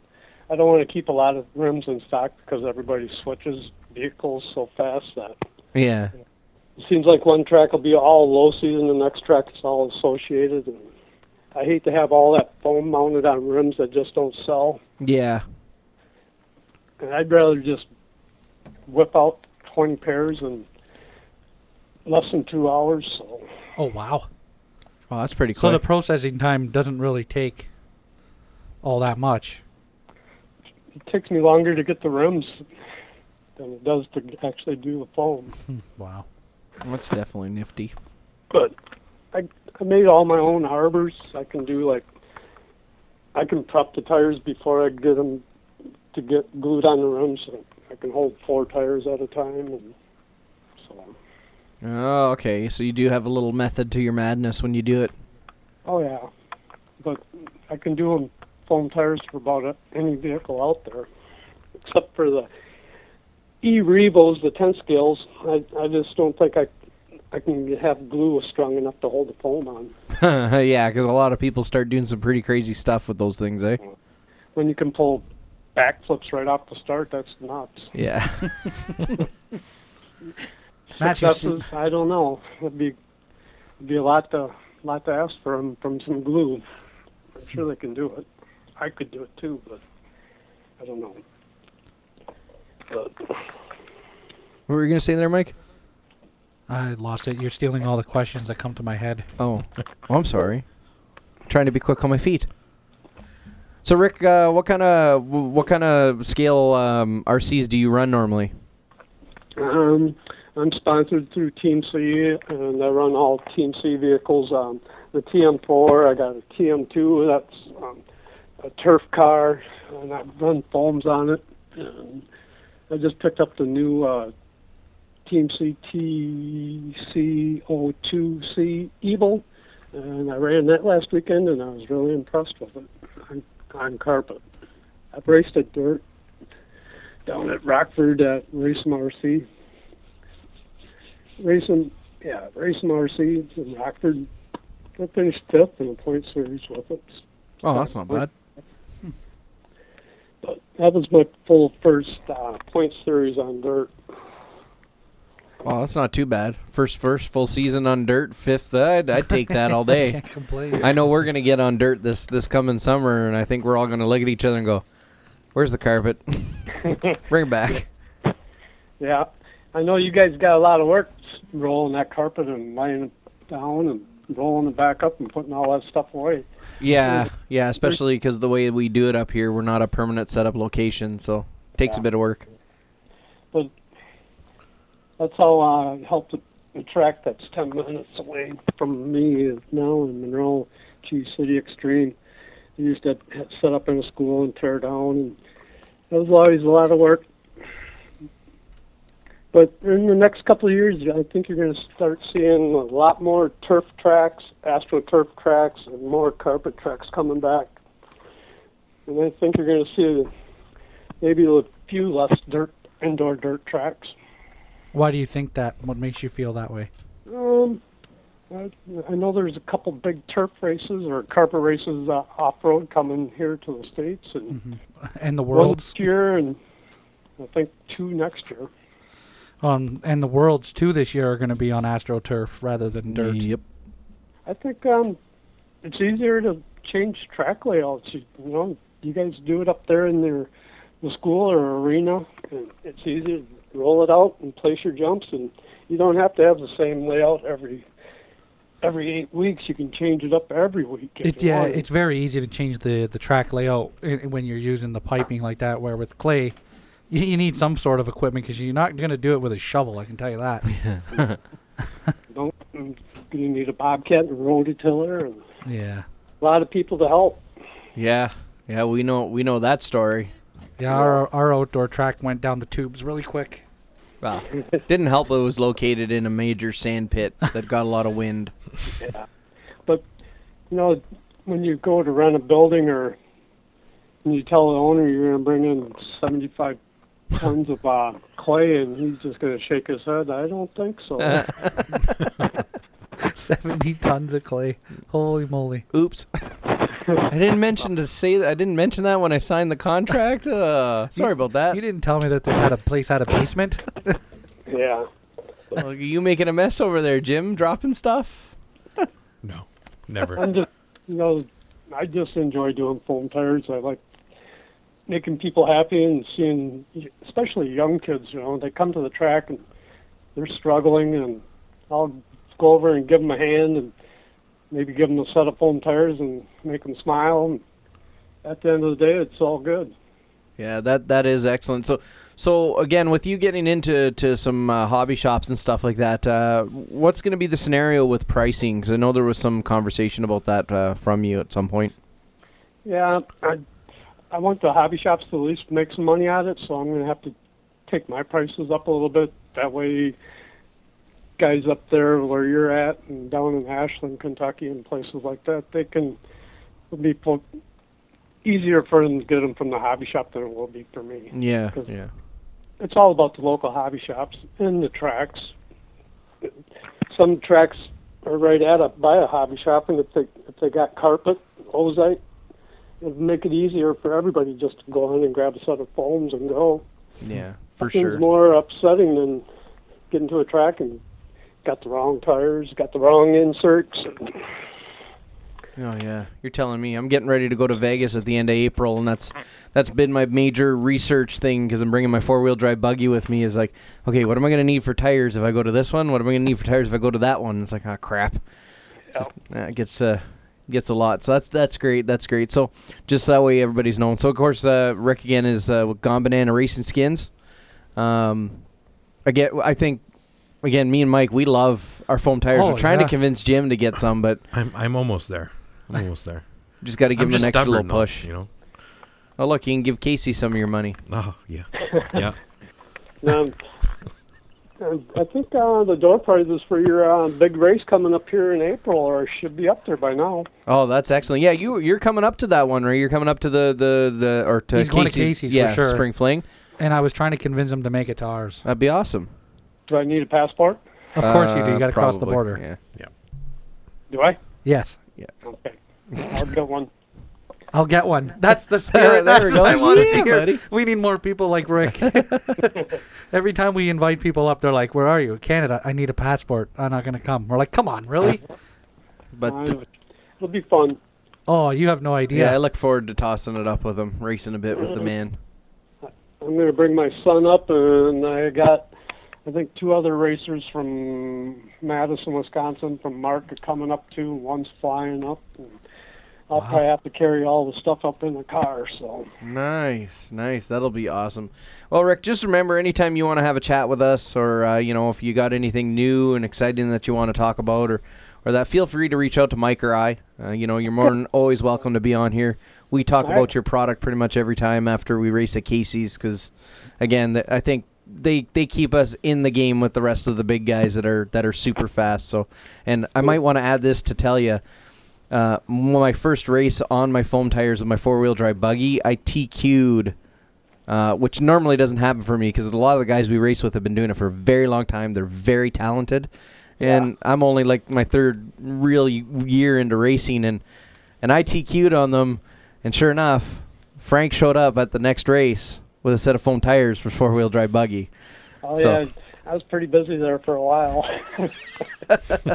I don't want to keep a lot of rims in stock because everybody switches vehicles so fast that
Yeah,
it seems like one track will be all low season, the next track is all associated. And I hate to have all that foam mounted on rims that just don't sell.
yeah,
And I'd rather just whip out 20 pairs in less than two hours. So
Oh wow.
Well, that's pretty
So
cool.
the processing time doesn't really take all that much.
it takes me longer to get the rims than it does to actually do the foam.
Wow.
that's definitely nifty.
but I I made all my own harbors. I can do like I can prep the tires before I get them to get glued on the rims. So I can hold four tires at a time, and so on.
Oh, okay. So you do have a little method to your madness when you do it.
Oh yeah, but I can do them foam tires for about a- any vehicle out there, except for the E Revos, the ten scales. I I just don't think I I can have glue strong enough to hold the foam on.
yeah, because a lot of people start doing some pretty crazy stuff with those things, eh?
when you can pull backflips right off the start, that's nuts.
Yeah.
Matt, you've seen-
Successes, I don't know. It'd be it'd be a lot to lot to ask for 'em from some glue. I'm sure they can do it. I could do it too, but I don't know. But
what were you gonna say there, Mike?
I lost it. You're stealing all the questions that come to my head.
Oh, oh I'm sorry. Trying to be quick on my feet. So Rick, uh, what kind of what kind of scale um, RCs do you run normally?
Um, I'm sponsored through Team C, and I run all Team C vehicles. Um, the TM4, I got a TM2, that's um, a turf car, and I run foams on it. And I just picked up the new uh, Team C TC02C Evil, and I ran that last weekend, and I was really impressed with it on, on carpet. I've raced at dirt down at Rockford at Race Marcy. Racing, yeah, Race Marcy in Rockford. I finished fifth in the point series with it.
Oh, that's not bad.
But that was my full first uh, point series on dirt.
Oh, that's not too bad. First, first full season on dirt. Fifth, uh, I'd, I'd take that all day.
Can't complain.
I know we're gonna get on dirt this this coming summer, and I think we're all gonna look at each other and go, "Where's the carpet? Bring it back."
Yeah, I know you guys got a lot of work rolling that carpet and laying it down and rolling it back up and putting all that stuff away.
Yeah, yeah. Especially because the way we do it up here, we're not a permanent setup location, so takes a
Yeah.
bit of work.
But that's how uh, it helped the track that's 10 minutes away from me is now in Monroe, G City Extreme. We used to have set up in a school and tear down, and it was always a lot of work. But in the next couple of years, I think you're going to start seeing a lot more turf tracks, astroturf tracks, and more carpet tracks coming back. And I think you're going to see maybe a few less dirt indoor dirt tracks.
Why do you think that? What makes you feel that way?
Um, I, I know there's a couple big turf races or carpet races uh, off road coming here to the states, and
And the
one
Mm-hmm. world's
this year, and I think two next year.
um, and the worlds too this year are going to be on AstroTurf rather than dirt.
Yep.
I think um, it's easier to change track layouts. You, you know, you guys do it up there in their the school or arena. And it's easier to roll it out and place your jumps, and you don't have to have the same layout every every eight weeks. You can change it up every week. if
It,
you
yeah,
want.
it's very easy to change the, the track layout i- when you're using the piping like that. Where with clay, you, you need some sort of equipment because you're not going to do it with a shovel. I can tell you that.
don't you need a bobcat and a rototiller and
yeah.
a lot of people to help.
Yeah, yeah. We know we know that story.
Yeah, our, our outdoor track went down the tubes really quick.
Well, Ah, didn't help. It was located in a major sand pit that got a lot of wind.
You know, when you go to rent a building or and you tell the owner you're going to bring in 75 tons of uh, clay and he's just going to shake his head, I don't think so.
Seventy tons of clay. Holy moly!
Oops. I didn't mention to say that. I didn't mention that when I signed the contract. Uh, sorry about that.
You
You,
didn't tell me that this had a place had a basement.
yeah.
you making a mess over there, Jim? Dropping stuff?
No, never.
I'm just, you know, I just enjoy doing foam tires. I like making people happy and seeing, especially young kids. You know, they come to the track and they're struggling, and I'll go over and give them a hand and maybe give them a set of foam tires and make them smile. And at the end of the day, it's all good.
Yeah, that that is excellent. So, so again, with you getting into to some uh, hobby shops and stuff like that, uh, what's going to be the scenario with pricing? Because I know there was some conversation about that uh, from you at some point.
Yeah, I I want the hobby shops to at least make some money out of it, so I'm going to have to take my prices up a little bit. That way, guys up there where you're at and down in Ashland, Kentucky, and places like that, they can it'll be po- easier for them to get them from the hobby shop than it will be for me.
Yeah,
Cause-
yeah.
It's all about the local hobby shops and the tracks. Some tracks are right at a by a hobby shop, and if they if they got carpet, ozite, it'd make it easier for everybody just to go on and grab a set of foams and go.
Yeah, for
Nothing's
sure.
more upsetting than getting to a track and got the wrong tires, got the wrong inserts.
Oh yeah, you're telling me. I'm getting ready to go to Vegas at the end of April, and that's that's been my major research thing because I'm bringing my four wheel drive buggy with me. Is like, okay, what am I gonna need for tires if I go to this one? What am I gonna need for tires if I go to that one? It's like, ah, crap. It's just- yeah, it gets uh, gets a lot. So that's that's great. That's great. So just that way everybody's known. So of course, uh, Rick again is uh, with Gone Banana Racing Skins. Um, again, I think again, me and Mike, we love our foam tires.
Oh,
We're trying
yeah.
to convince Jim to get some, but
I'm I'm almost there. I'm almost there.
just got to give
I'm
him an
just
extra little
stubborn, though,
push.
you know.
Oh look, you can give Casey some of your money.
Oh yeah, yeah.
Um, um, I think uh, the door prize is for your uh, big race coming up here in April, or should be up there by now.
Oh, that's excellent. Yeah, you you're coming up to that one, right? You're coming up to the the the or to
He's going to Casey's for
yeah,
sure.
Spring Fling.
And I was trying to convince him to make it to ours.
That'd be awesome.
Do I need a passport?
Of course you do.
Uh,
You got to cross the
probably,
border.
Yeah.
Do I?
Yes.
Okay. I'll get one.
I'll get one. That's the
there
spirit. That's
we
what I
go.
wanted
Yeah,
to hear.
buddy.
We need more people like Rick. Every time we invite people up, they're like, "Where are you? Canada? I need a passport. I'm not gonna come." We're like, "Come on, really?
But
I- it'll be fun.
Oh, you have no
yeah. I
idea."
look forward to tossing it up with him, racing a bit with the man.
I'm going to bring my son up, and I got, I think, two other racers from Madison, Wisconsin, from Mark are coming up too. One's flying up. And I'll
Wow.
probably have to carry all the stuff up in the car. So
Nice, nice. That'll be awesome. Well, Rick, just remember, anytime you want to have a chat with us, or uh, you know, if you got anything new and exciting that you want to talk about, or or that, feel free to reach out to Mike or I. Uh, you know, you're more than always welcome to be on here. We talk
All right.
about your product pretty much every time after we race at Casey's, because again, th- I think they they keep us in the game with the rest of the big guys that are that are super fast. So, and I might want to add this to tell you. Uh, m- my first race on my foam tires with my four wheel drive buggy, I TQ'd, uh, which normally doesn't happen for me because a lot of the guys we race with have been doing it for a very long time. They're very talented, and I'm only like my third real y- year into racing, and and I TQ'd on them, and sure enough, Frank showed up at the next race with a set of foam tires for four wheel drive buggy.
oh
So-
yeah, I was pretty busy there for a while.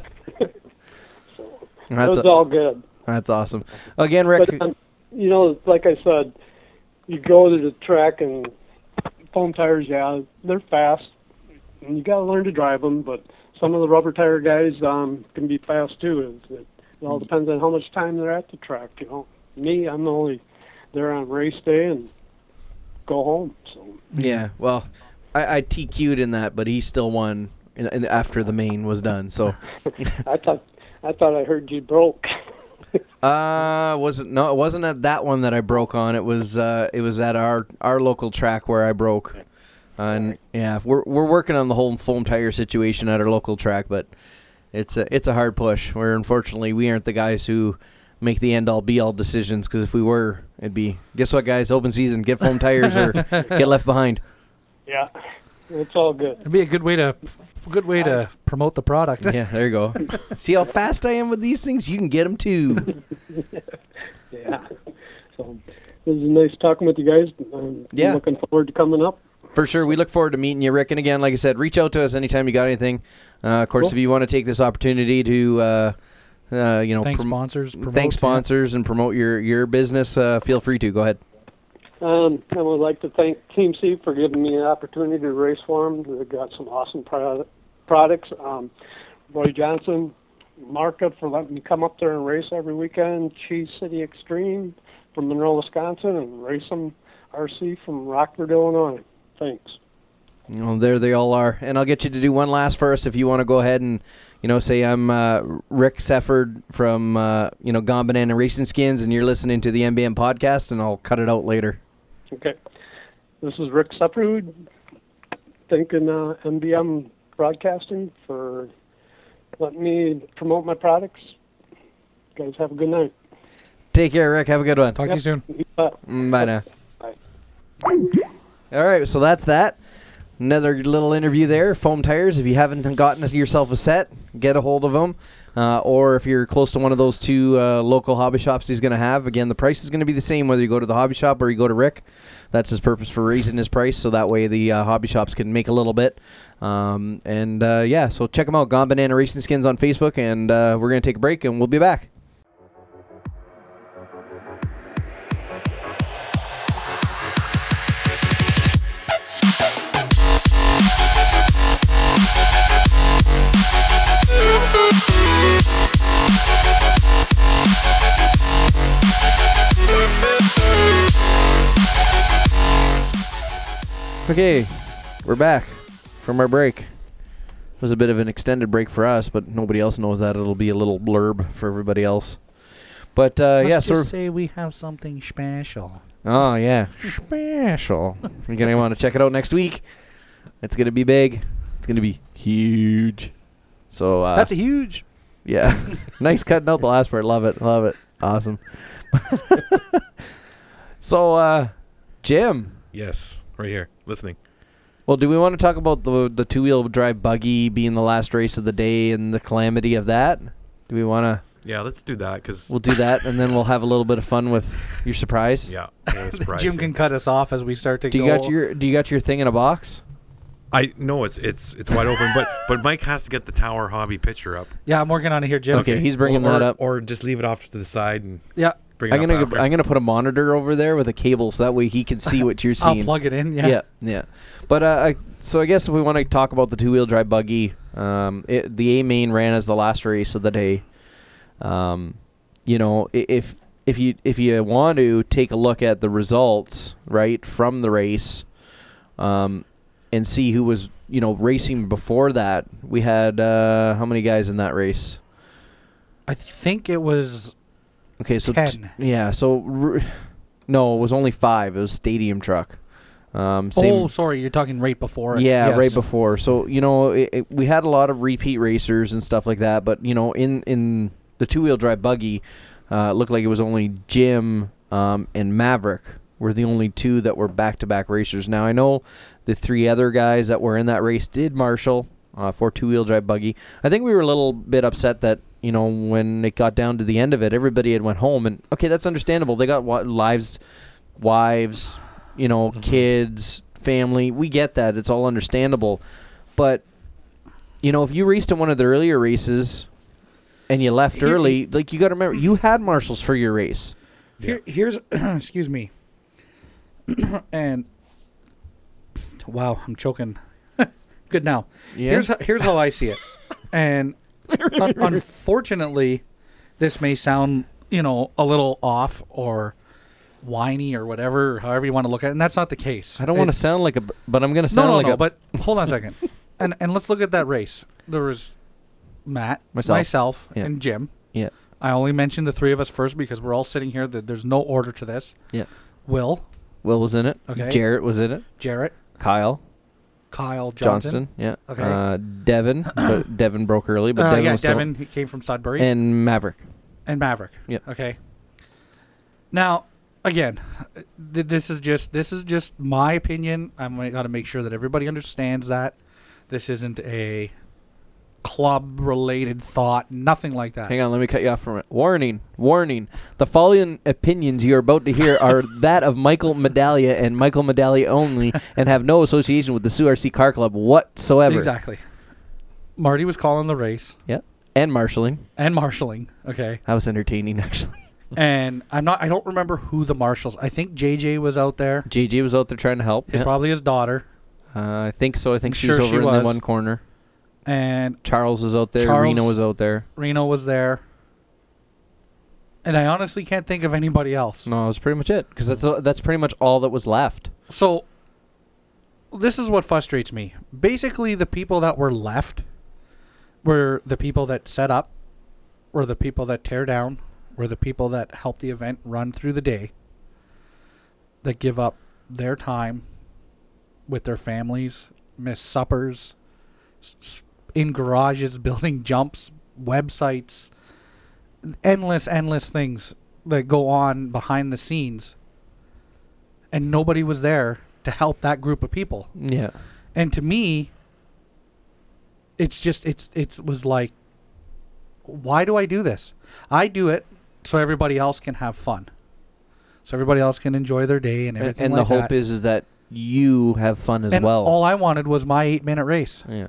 And
it
That's
was
a,
all good.
that's awesome. Again, Rick.
But um, you know, like I said, you go to the track and foam tires. Yeah, they're fast, and you got to learn to drive them. But some of the rubber tire guys um, can be fast too. It, it all depends on how much time they're at the track. You know, me, I'm only there on race day and go home. So
Yeah, well, I, I TQ'd in that, but he still won in, in, after the main was done. So,
I thought I thought I heard you broke.
uh, wasn't no, it wasn't at that one that I broke on. It was uh, it was at our our local track where I broke. Uh, and yeah, we're we're working on the whole foam tire situation at our local track, but it's a it's a hard push. Where unfortunately we aren't the guys who make the end all be all decisions. Because if we were, it'd be guess what, guys? Open season, get foam tires or get left behind.
yeah, it's all good.
It'd be a good way to, good way to promote the product.
Yeah, there you go. See how fast I am with these things? You can get them too.
Yeah. So this is nice talking with you guys. I'm
Yeah.
looking forward to coming up.
For sure. We look forward to meeting you, Rick. And again, like I said, reach out to us anytime you got anything. Uh, of course,
Cool.
if you want to take this opportunity to, uh, uh, you know,
Thanks
prom-
sponsors. Promote,
thank
yeah.
sponsors and promote your your business, uh, feel free to go ahead.
Um, I would like to thank Team C for giving me an opportunity to race for them. They've got some awesome product, products. Um, Roy Johnson, Marka for letting me come up there and race every weekend. Cheese City Extreme from Monroe, Wisconsin, and Race 'em RC from Rockford, Illinois. Thanks.
You know, there they all are. And I'll get you to do one last for us if you want to go ahead and, you know, say I'm uh, Rick Sefford from, uh, you know, Gone Banana Racing Skins, and you're listening to the MBM podcast, and I'll cut it out later.
Okay. This is Rick Sepperud, thanking uh, MBM Broadcasting for letting me promote my products. You guys have a good night.
Take care, Rick. Have a good one.
Talk to you soon.
Bye.
Mm, Bye now.
Bye.
All right, so that's that. Another little interview there. Foam tires. If you haven't gotten yourself a set, get a hold of them. Uh, or if you're close to one of those two uh, local hobby shops he's going to have, again, the price is going to be the same whether you go to the hobby shop or you go to Rick. That's his purpose for raising his price, so that way the uh, hobby shops can make a little bit. Um, and uh, yeah, so check them out. Gone Banana Racing Skins on Facebook, and uh, we're going to take a break and we'll be back.
Thank you.
Okay, we're back from our break. It was a bit of an extended break for us, but nobody else knows that. It'll be a little blurb for everybody else. But uh,
Let's
yeah,
just
so we're-
say we have something special.
Oh yeah, special. You're gonna want to check it out next week. It's gonna be big. It's gonna be huge. So uh,
That's a huge.
yeah, nice cutting out the last part. Love it, love it. Awesome. so, uh, Jim.
Yes, right here, listening.
Well, do we want to talk about the the two wheel drive buggy being the last race of the day and the calamity of that? Do we want to?
Yeah, let's do that because
We'll do that, and then we'll have a little bit of fun with your surprise.
yeah, I got a surprise
Jim
here.
can cut us off as we start to
Do
go.
you got your Do you got your thing in a box?
I no, it's it's it's wide open, but but Mike has to get the tower hobby picture up.
yeah, I'm working on it here, Jim.
Okay, he's bringing
or,
that up.
or just leave it off to the side and
Yeah,
bring it
I'm
up
gonna
after.
I'm gonna put a monitor over there with a cable so that way he can see what you're
I'll
seeing.
plug it in. Yeah.
yeah. yeah, But uh, I, so I guess if we want to talk about the two wheel drive buggy, um, it, the A main ran as the last race of the day. Um, you know, i- if if you if you want to take a look at the results right from the race, um, and see who was you know racing before that, we had uh, how many guys in that race?
I think it was.
Okay, so t-
10.
yeah, so r- no, it was only five. It was stadium truck. Um, same,
Oh, sorry, you're talking right before. it.
yeah,
Yes.
right before. So you know, it, it, we had a lot of repeat racers and stuff like that. But you know, in in the two wheel drive buggy, uh, it looked like it was only Jim um, and Maverick were the only two that were back to back racers. Now I know the three other guys that were in that race did marshal uh, for two wheel drive buggy. I think we were a little bit upset that you know when it got down to the end of it, everybody had went home, and okay, that's understandable. They got wa- lives, wives, you know,
Mm-hmm.
Mhm.
kids, family. We get that. It's all understandable. But you know, if you raced in one of the earlier races and you left
Here-
early, like you got to remember, you had marshals for your race.
Here, here's excuse me. and wow, I'm choking. Good now.
Yeah.
Here's how, here's how I see it. And un- unfortunately, this may sound, you know, a little off or whiny or whatever, or however you want to look at it. And that's not the case.
I don't want to
It's-
sound like a, b- but I'm gonna
No,
sound
no,
like
no,
a.
but hold on a second. And and let's look at that race. There was Matt,
Myself.
myself
Yeah.
and Jim.
yeah,
I only mentioned the three of us first because we're all sitting here that there's no order to this.
yeah.
Will,
Will was in it.
Okay.
Jarrett was in it.
Jarrett,
Kyle
Kyle
Johnston.
Johnson.
Yeah.
Okay.
Uh, Devin, but Devin broke early, but
Uh,
Devin
yeah,
was still.
Devin. He came from Sudbury.
and Maverick.
and Maverick.
Yep.
Okay. Now, again, th- this is just this is just my opinion. I'm got to make sure that everybody understands that this isn't a club related thought, nothing like that.
Hang on, let me cut you off for a minute. Warning, warning. The following opinions you are about to hear are that of Michael Medallia and Michael Medallia only and have no association with the Sioux RC Car Club whatsoever.
Exactly. Marty was calling the race
Yeah. And marshalling.
and marshaling. Okay.
That was entertaining, actually.
and I'm not. I don't remember who the marshals. I think JJ was out there.
JG was out there trying to help.
It's
Yeah.
probably his daughter.
Uh, I think so. I think
I'm
she was
sure
over
she
in the
was.
one corner.
And
Charles was out there. Reno
Charles-
was out there.
Reno was there. And I honestly can't think of anybody else.
No, that was pretty much it because that's a- that's pretty much all that was left.
So this is what frustrates me. Basically, the people that were left were the people that set up, were the people that tear down, were the people that help the event run through the day, that give up their time with their families, miss suppers, s- s- in garages, building jumps, websites, endless, endless things that go on behind the scenes and nobody was there to help that group of people.
Yeah.
And to me, it's just it's it's was like, why do I do this? I do it so everybody else can have fun, so everybody else can enjoy their day and
And,
everything.
and the
like
hope
that.
is is that you have fun as
and
well.
All I wanted was my eight minute race
yeah.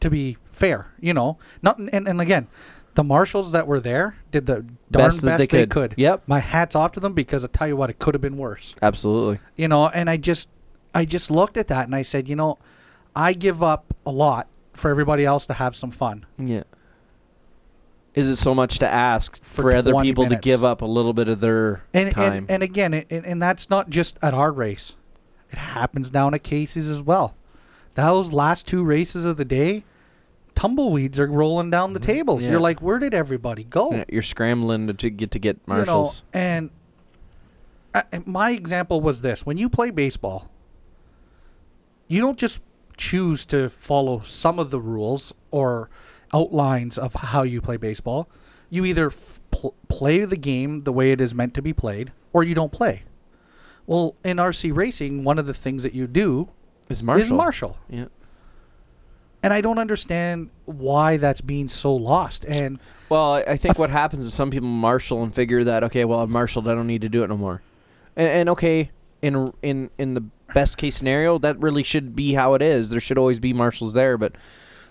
to be fair, you know. Not and, and again, the marshals that were there did the darn
Best
best,
that
they,
they could.
could.
Yep.
My hats off to them because I tell you what, it could have been worse.
Absolutely.
you know and i just i just looked at that and i said you know i give up a lot for everybody else to have some fun
Yeah. Is it so much to ask for,
For
other
20
people
minutes.
to give up a little bit of their
and
time?
and, and again it, and, and that's not just at our race It happens down at Casey's as well. Those last two races of the day, tumbleweeds are rolling down the tables.
Mm-hmm. Yeah.
You're like, where did everybody go?
Yeah, You're scrambling to, to get to get
You know,
marshals.
and I, and my example was this: when you play baseball, you don't just choose to follow some of the rules or outlines of how you play baseball. You either f- pl- play the game the way it is meant to be played, or you don't play. Well, in RC racing, one of the things that you do
Is marshal?
is marshal,
Yeah.
and I don't understand why that's being so lost. And
Well, I, I think what happens is some people marshal and figure that okay, well, I've marshaled, I don't need to do it no more. And, and okay, in in in the best case scenario, that really should be how it is. There should always be marshals there, but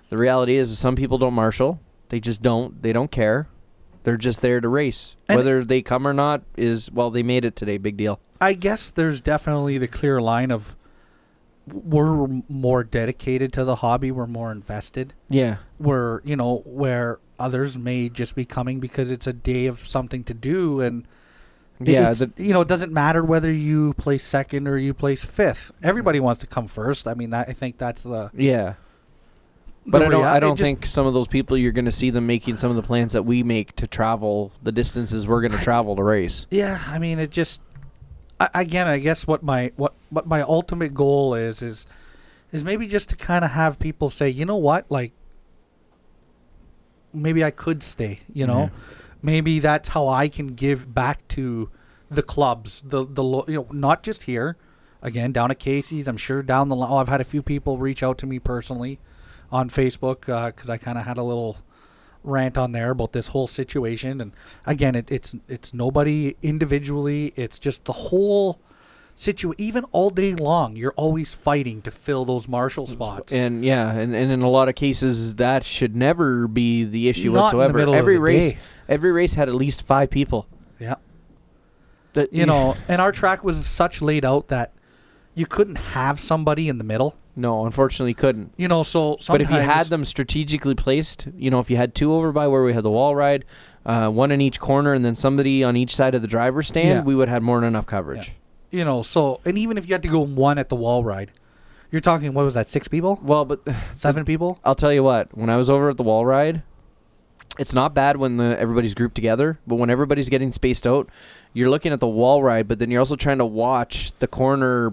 the reality is, is some people don't marshal. They just don't. They don't care. They're just there to race.
And-
Whether they come or not is well, they made it today. Big deal.
I guess there's definitely the clear line of we're more dedicated to the hobby, we're more invested.
Yeah.
We're, you know, where others may just be coming because it's a day of something to do and it-
Yeah.
it's-
the-
you know, it doesn't matter whether you place second or you place fifth. Everybody wants to come first. I mean, that, I think that's the
yeah. But
the
I don't.
rea-
I
it
don't
just-
think some of those people you're going to see them making some of the plans that we make to travel the distances we're going to travel to race.
Yeah, I mean, it just I, again, I guess what my what what my ultimate goal is is is maybe just to kind of have people say, you know what, like maybe I could stay, you know, maybe that's how I can give back to the clubs, the the lo- you know, not just here, again down at Casey's. I'm sure down the line, oh, I've had a few people reach out to me personally on Facebook because I kind of had a little rant on there about this whole situation. And again, it, it's it's nobody individually. It's just the whole situation. Even all day long, you're always fighting to fill those marshal spots.
And yeah, and, and in a lot of cases, that should never be the issue
Not in the
whatsoever.
middle of
every
the
race,
day.
every race had at least five people.
yeah,
That,
you know. And our track was such laid out that you couldn't have somebody in the middle.
no, unfortunately, couldn't.
You know, so sometimes
But if you had them strategically placed, you know, if you had two over by where we had the wall ride, uh, one in each corner, and then somebody on each side of the driver's stand,
Yeah.
we would have more than enough coverage.
you know, so and even if you had to go one at the wall ride, you're talking what was that? Six people,
Well, but
seven people?
I'll tell you what. When I was over at the wall ride, it's not bad when the, everybody's grouped together, but when everybody's getting spaced out, you're looking at the wall ride, but then you're also trying to watch the corner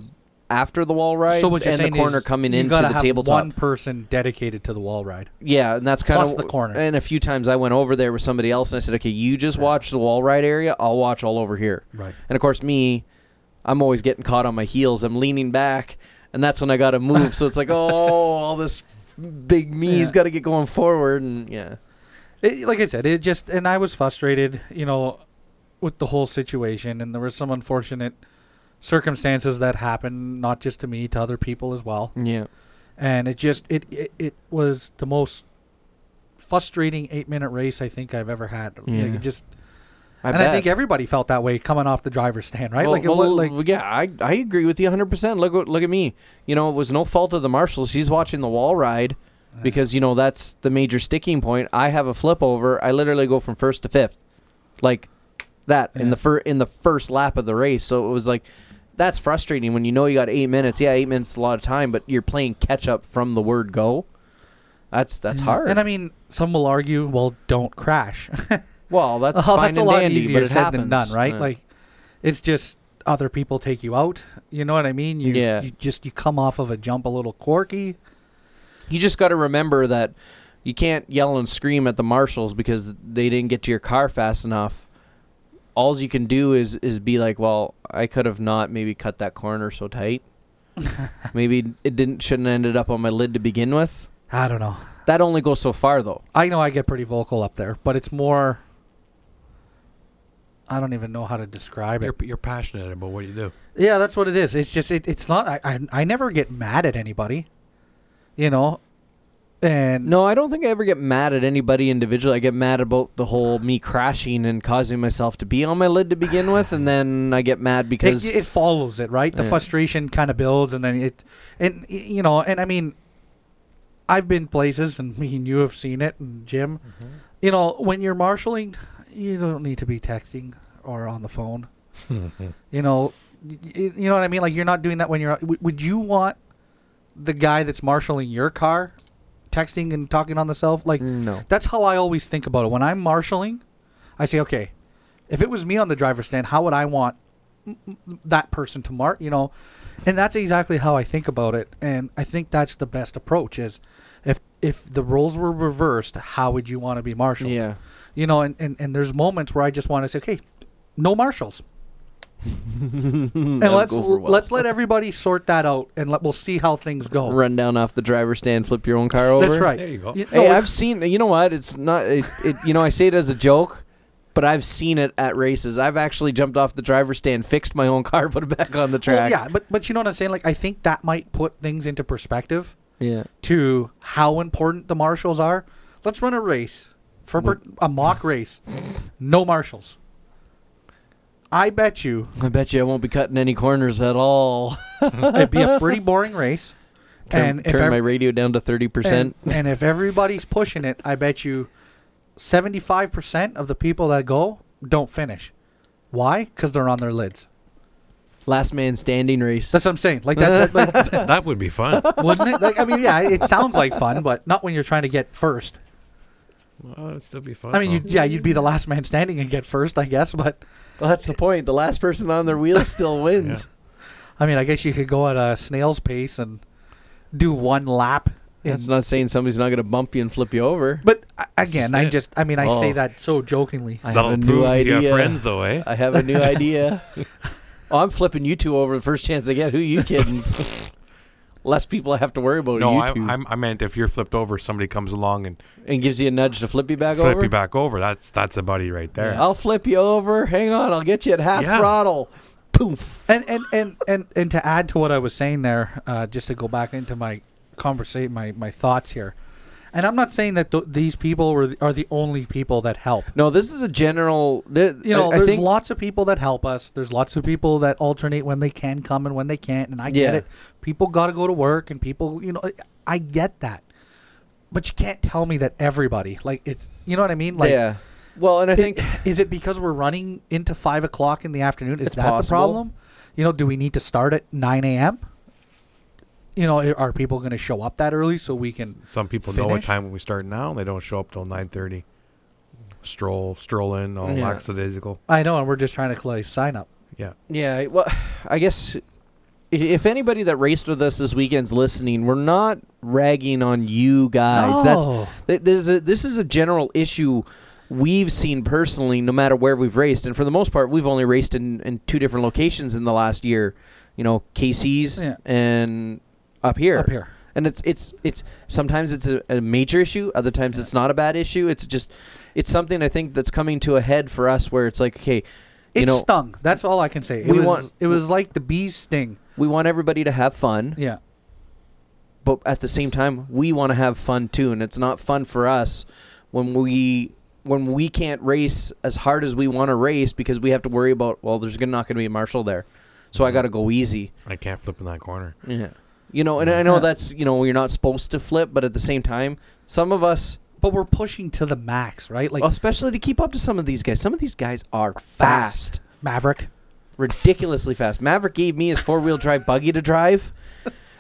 after the wall ride
so what you're
and the
saying
corner
is
coming
you
into
gotta
the
have
tabletop.
One person dedicated to the wall ride.
Yeah, and that's kind
Plus
of
the corner.
And a few times I went over there with somebody else, and I said, "Okay, you just watch the wall ride area. I'll watch all over here."
Right.
And of course, me, I'm always getting caught on my heels. I'm leaning back, and that's when I got to move. so it's like, oh, all this big me's
Yeah.
got to get going forward, and yeah,
it, like I said, it just and I was frustrated, you know, with the whole situation, and there were some unfortunate circumstances that happened, not just to me, to other people as well,
yeah,
and it just it it, it was the most frustrating eight minute race I think I've ever had. Like,
Yeah.
it just
I
and
bet.
I think everybody felt that way coming off the driver's stand, right?
Well,
like it was
well,
like
yeah, I, I agree with you 100%. Look what- look at me. You know, it was no fault of the marshals. He's watching the wall ride because you know that's the major sticking point. I have a flip over. I literally go from first to fifth, like that in
Yeah.
the fir- in the first lap of the race. So it was like that's frustrating when you know you got eight minutes. Yeah, eight minutes is a lot of time, but you're playing catch up from the word go. That's that's hard.
Mm. And I mean, some will argue, well, don't crash.
well, that's fine
Well, that's a
and
lot
dandy,
easier
but it
said
happens.
than done, right?
Yeah.
Like, it's just other people take you out. You know what I mean? You,
Yeah.
You just you come off of a jump a little quirky.
You just got to remember that you can't yell and scream at the marshals because they didn't get to your car fast enough. All you can do is is be like, well, I could have not maybe cut that corner so tight. maybe it didn't shouldn't have ended up on my lid to begin with.
I don't know.
That only goes so far though.
I know I get pretty vocal up there, but it's more. I don't even know how to describe
You're,
it.
you're passionate about what you do.
Yeah, that's what it is. It's just it, it's not. I, I I never get mad at anybody. You know, and
No, I don't think I ever get mad at anybody individually. I get mad about the whole me crashing and causing myself to be on my lid to begin with, and then I get mad because
it, it follows it right the
Yeah.
frustration kind of builds and then it and y- you know and i mean i've been places and me and you have seen it and jim you know when you're marshaling you don't need to be texting or on the phone you know Y- y- You know what I mean? Like you're not doing that when you're. out- w- Would you want the guy that's marshaling your car, texting and talking on the cell? Like
No.
that's how I always think about it. When I'm marshaling, I say, okay, if it was me on the driver's stand, how would I want m- m- that person to mark? You know, and that's exactly how I think about it. And I think that's the best approach is if if the roles were reversed, how would you want to be marshaled?
Yeah.
You know, and, and, and there's moments where I just want to say, okay, no marshals. and let's let's let everybody sort that out, and let, we'll see how things go.
run down off the driver's stand, flip your own car over.
That's right.
There you go.
Hey,
no,
I've seen. You know what? It's not. It, it. You know, I say it as a joke, but I've seen it at races. I've actually jumped off the driver's stand, fixed my own car, put it back on the
well,
track.
yeah, but but you know what I'm saying? Like, I think that might put things into perspective.
Yeah.
to how important the marshals are. Let's run a race for per- a mock race. No marshals. I bet you
I bet you I won't be cutting any corners at all.
it'd be a pretty boring race.
Turn,
and if
turn
ev-
my radio down to thirty
and,
percent.
and if everybody's pushing it, I bet you 75% of the people that go don't finish. Why? Because they're on their lids.
Last man standing race.
That's what I'm saying. Like that, that like,
that would be fun.
wouldn't it? Like, I mean, yeah, it sounds like fun, but not when you're trying to get first.
Well, it'd still be fun.
I mean,
though.
you'd, yeah, you'd be the last man standing and get first, I guess. But
Well, that's the point. The last person on their wheel still wins.
I mean, I guess you could go at a snail's pace and do one lap.
That's
and-
not saying somebody's not going to bump you and flip you over.
but a- again,
just
I
it.
just, I mean, I say
Oh.
that so jokingly.
I
That'll
have a
prove
new idea.
you have friends, though, eh?
I have a new idea. oh, I'm flipping you two over the first chance I get. Who you kidding? Less people I have to worry about.
No,
you
I,
two.
I'm, I meant if you're flipped over, somebody comes along and
and gives you a nudge to flip you back
flip
over.
you back over. That's that's a buddy right there.
I'll flip you over. Hang on, I'll get you at half
Yeah.
throttle. Poof.
And and and and and to add to what I was saying there, uh, just to go back into my conversation, my my thoughts here, and I'm not saying that th- these people were the, are the only people that help.
No, this is a general. th-
You know,
I, I
there's
think,
lots of people that help us. There's lots of people that alternate when they can come and when they can't, and I get
Yeah.
it. People got to go to work, and people, you know, I- I get that. But you can't tell me that everybody, like, it's, you know what I mean? Like,
yeah. Well, and I think
is it because we're running into five o'clock in the afternoon? Is
It's
that
possible.
the problem? You know, do we need to start at nine a.m.? You know, i- are people going to show up that early so we can?
Some people know what
Finish?
time we start now, and they don't show up till nine thirty. Stroll, stroll in, all
Yeah.
lackadaisical.
I know, and we're just trying to close sign up.
Yeah,
Yeah, well, I guess i- if anybody that raced with us this weekend's listening, we're not ragging on you guys.
No.
That's th- this is a, this is a general issue we've seen personally, no matter where we've raced, and for the most part, we've only raced in, in two different locations in the last year. You know, KC's
Yeah.
and up here.
Up here.
And it's it's it's sometimes it's a, a major issue, other times it's not a bad issue. It's just it's something I think that's coming to a head for us where it's like, okay,
It
you know,
stung. That's all I can say. It
we
was,
want-
It was like the bees sting.
we want everybody to have fun.
Yeah.
but at the same time we want to have fun too and it's not fun for us when we when we can't race as hard as we want to race because we have to worry about well there's gonna, not going to be a marshal there so i got to go easy
I can't flip in that corner.
yeah you know and i know
Yeah.
that's you know you're not supposed to flip but at the same time some of us
But we're pushing to the max, right? Like
especially to keep up to some of these guys some of these guys are fast
Maverick.
ridiculously fast. Maverick gave me his four wheel drive buggy to drive,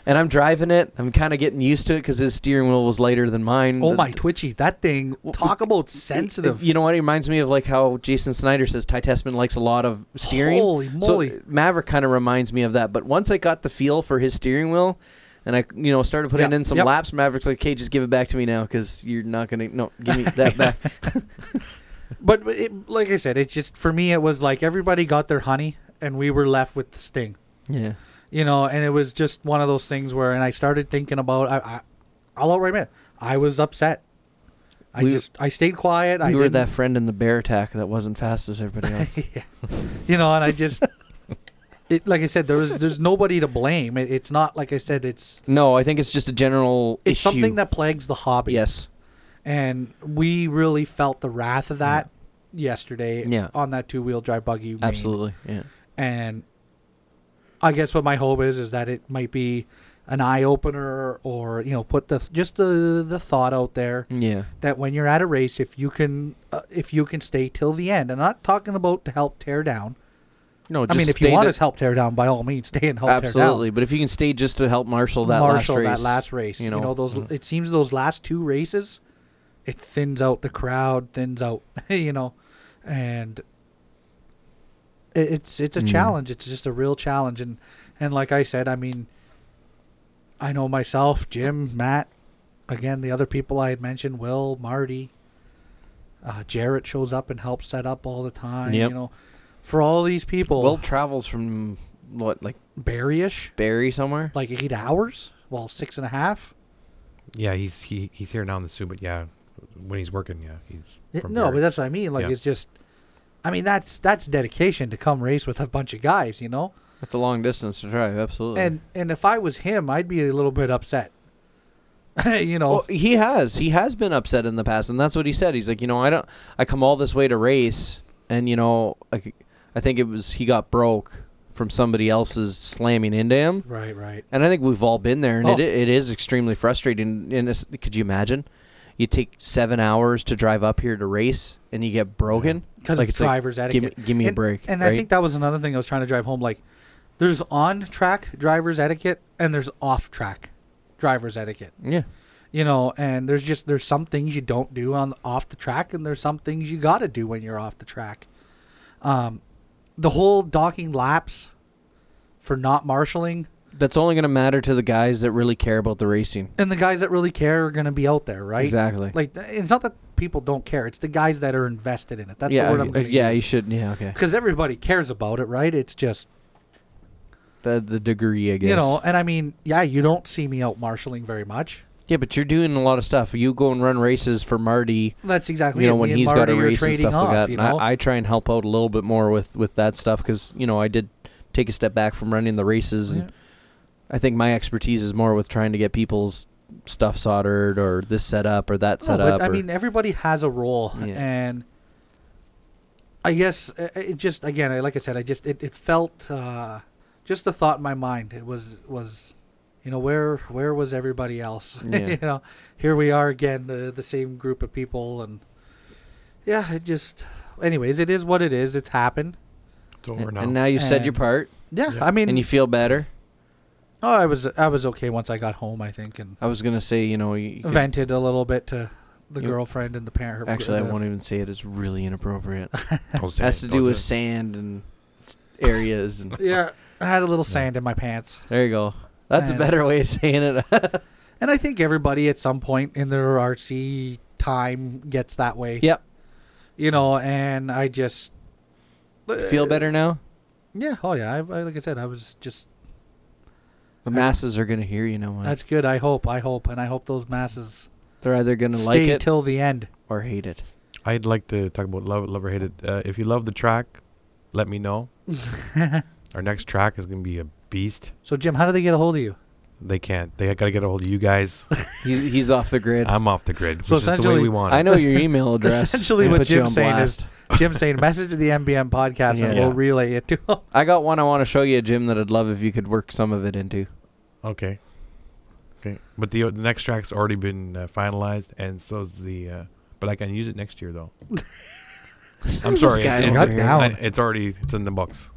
and I'm driving it. I'm kind of getting used to it because his steering wheel was lighter than mine.
Oh
The-
my twitchy! That thing. Talk about sensitive.
You know what? It reminds me of like how Jason Snyder says Ty Tessman likes a lot of steering.
Holy moly.
So uh, Maverick kind of reminds me of that. But once I got the feel for his steering wheel, and I you know started putting
Yeah,
in some
yep.
laps, Maverick's like, "Okay, just give it back to me now because you're not gonna no give me that back."
But it, like I said, it's just for me. It was like everybody got their honey, and we were left with the sting.
yeah.
You know, and it was just one of those things where, and I started thinking about. I, I I'll outright admit, I was upset. I
We-
just I stayed quiet. I
We were
didn't-
that friend in the bear attack that wasn't fast as everybody else.
yeah. You know, and I just. It, like I said, there was there's nobody to blame. It, it's not like I said. It's
no, I think it's just a general
it's
issue.
something that plagues the hobby.
yes.
and we really felt the wrath of that yesterday
Yeah.
on that two wheel drive buggy. main.
Absolutely. Yeah.
And I guess what my hope is is that it might be an eye opener, or you know, put the just the the thought out there
Yeah.
that when you're at a race, if you can uh, if you can stay till the end, and I'm not talking about to help tear down,
No, just
I mean, if
stay
you want
to-
us help tear down, by all means, stay and help
absolutely. But if you can stay just to help marshal
tear down.
that
Marshall,
last race,
that last race.
you
You know,
know. Mm-hmm.
those. It seems those last two races, it thins out the crowd, thins out. You know, and it, it's it's a
Mm.
challenge. It's just a real challenge, and and like I said, I mean, I know myself, Jim, Matt, again the other people I had mentioned, Will, Marty, uh, Jarrett shows up and helps set up all the time.
Yep.
You know, for all these people,
Will travels from what, like
Barryish,
Barry somewhere?
like eight hours. Well, six and a half.
Yeah, he's he, he's here now in the Sioux, but yeah, when he's working, yeah, he's
It-
from
no,
Barrie.
but that's what I mean. Like
Yeah.
it's just, I mean that's that's dedication to come race with a bunch of guys, you know.
That's a long distance to drive. Absolutely.
And and if I was him, I'd be a little bit upset. you know,
Well, he has. He has been upset in the past, and that's what he said. He's like, you know, I don't. I come all this way to race, and you know, I, c- I think it was he got broke from somebody else's slamming into him,
right, right.
and I think we've all been there, and it
Oh.
it, it is extremely frustrating. And it's, could you imagine? You take seven hours to drive up here to race, and you get broken
Because
Like,
of
it's like,
driver's
Give
etiquette.
me, give me a
And-
break.
And
right?
I think that was another thing I was trying to drive home. Like, there's on track driver's etiquette and there's off track driver's etiquette.
yeah,
You know, and there's just there's some things you don't do on off the track, and there's some things you got to do when you're off the track. Um, the whole docking laps for not marshaling,
that's only going to matter to the guys that really care about the racing.
and the guys that really care are going to be out there, right?
Exactly.
Like, th- it's not that people don't care; it's the guys that are invested in it. That's
yeah,
the word
uh,
I'm. Gonna
yeah, you should. Yeah, okay.
because everybody cares about it, right? It's just
The, the degree, I guess.
You know, and I mean, yeah, you don't see me out marshaling very much.
Yeah, but you're doing a lot of stuff. You go and run races for Marty.
That's exactly
You know
it.
when
me and
he's got
Marty
a
are
race and
trading
stuff
off,
like that.
You
And
know?
I, I try and help out a little bit more with with that stuff because you know I did take a step back from running the races, and
Yeah.
I think my expertise is more with trying to get people's stuff soldered or this set up or that
No,
set
but
up.
I
or-
mean, everybody has a role,
Yeah.
and I guess uh, it just again, I- like I said, I just it, it felt uh, just a thought in my mind. It was was, you know, where where was everybody else?
Yeah.
you know, here we are again, the the same group of people, and yeah, it just. Anyways, it is what it is. It's happened.
it's over
and,
now.
and now you've said your
And-
part,
Yeah,
Yeah.
I mean,
and you feel better.
oh, I was I was okay once I got home. I think, and
I was gonna say, you know, Oh, you, you could-
vented a little bit to the
You-
girlfriend and the parent.
actually, I
the-
won't even say it. It's really inappropriate. it
Don't say
has
it,
to
don't
do with
it.
sand and s- areas, and
Yeah, I had a little sand in my pants,
there you go. That's a
And-
better way of saying it.
and I think everybody at some point in their RC time gets that way.
Yep.
You know, and I just uh,
Feel better now?
Yeah. Oh yeah. I, I like I said, I was just.
The masses are gonna hear you know what.
That's good. I hope. I hope, and I hope those masses
They're either gonna
stay
like it
till the end.
or hate it.
I'd like to talk about love, love or hate it. Uh, if you love the track, let me know. Our next track is gonna be a beast.
So Jim, how do they get a hold of you?
They can't. They gotta get a hold of you guys.
He's he's off the grid.
I'm off the grid,
So
which is the way
essentially,
we want.
I know your email address.
Essentially
and
what
put you
Jim's
on
saying is-
blast.
Jim saying, message to the MBM podcast,
Yeah.
and we'll relay it to them.
I got one I want to show you, Jim, that I'd love if you could work some of it into.
Okay. Okay. But the, the next track's already been uh, finalized, and so's the. Uh, but I can use it next year though. I'm sorry.
guy
It's, it's,
over
here.
I- it's already it's in the books.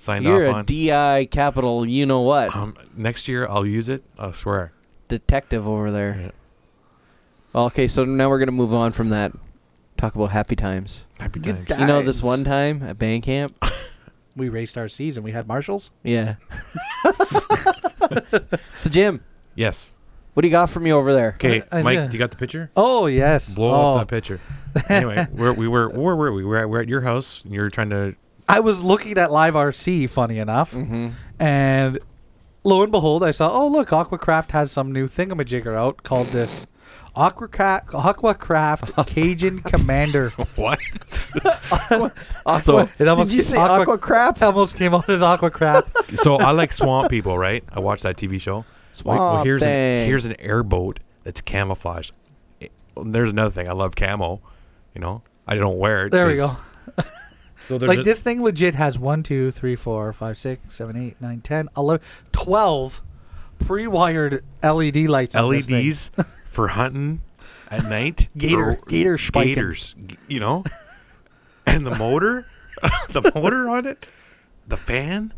Signed
You're
off
a
on.
DI capital, you know what,
um, next year I'll use it. I swear.
detective over there.
Yeah.
Well, okay, so now we're gonna move on from that. Talk about happy times.
Happy
Good
times.
da-
You know this
Times.
one time at band camp.
We raced our season. We had marshals.
Yeah. so Jim,
Yes.
what do you got for me over there?
Okay,
I
Mike,
see.
you got the picture?
Oh yes.
Blow
oh.
up that picture. anyway, where we were, where were we? We were at, we were at your house. And you were trying to.
I was looking at Live RC, funny enough,
Mm-hmm.
and lo and behold, I saw, oh, look, Aquacraft has some new thingamajigger out called this Aquacra- Aquacraft Cajun Commander.
What?
Aqua,
So- It almost-
did you say
aqua-
aqua crap?
Almost came out as Aquacraft.
so I like swamp people, right? I watch that TV show. Like, well,
Swamp
here's
Thing.
an here's an airboat that's camouflaged. It- and there's another thing. I love camo. You know, I don't wear it.
There we
'cause-
go.
So there's
Like
a-
this thing legit has one, two, three, four, five, six, seven, eight, nine, 10, 11, 12 pre-wired LED lights. on this thing.
LEDs E for hunting at night.
Gator-
Or-
gator spiking.
gators. g- You know, and the motor, the motor on it. the fan.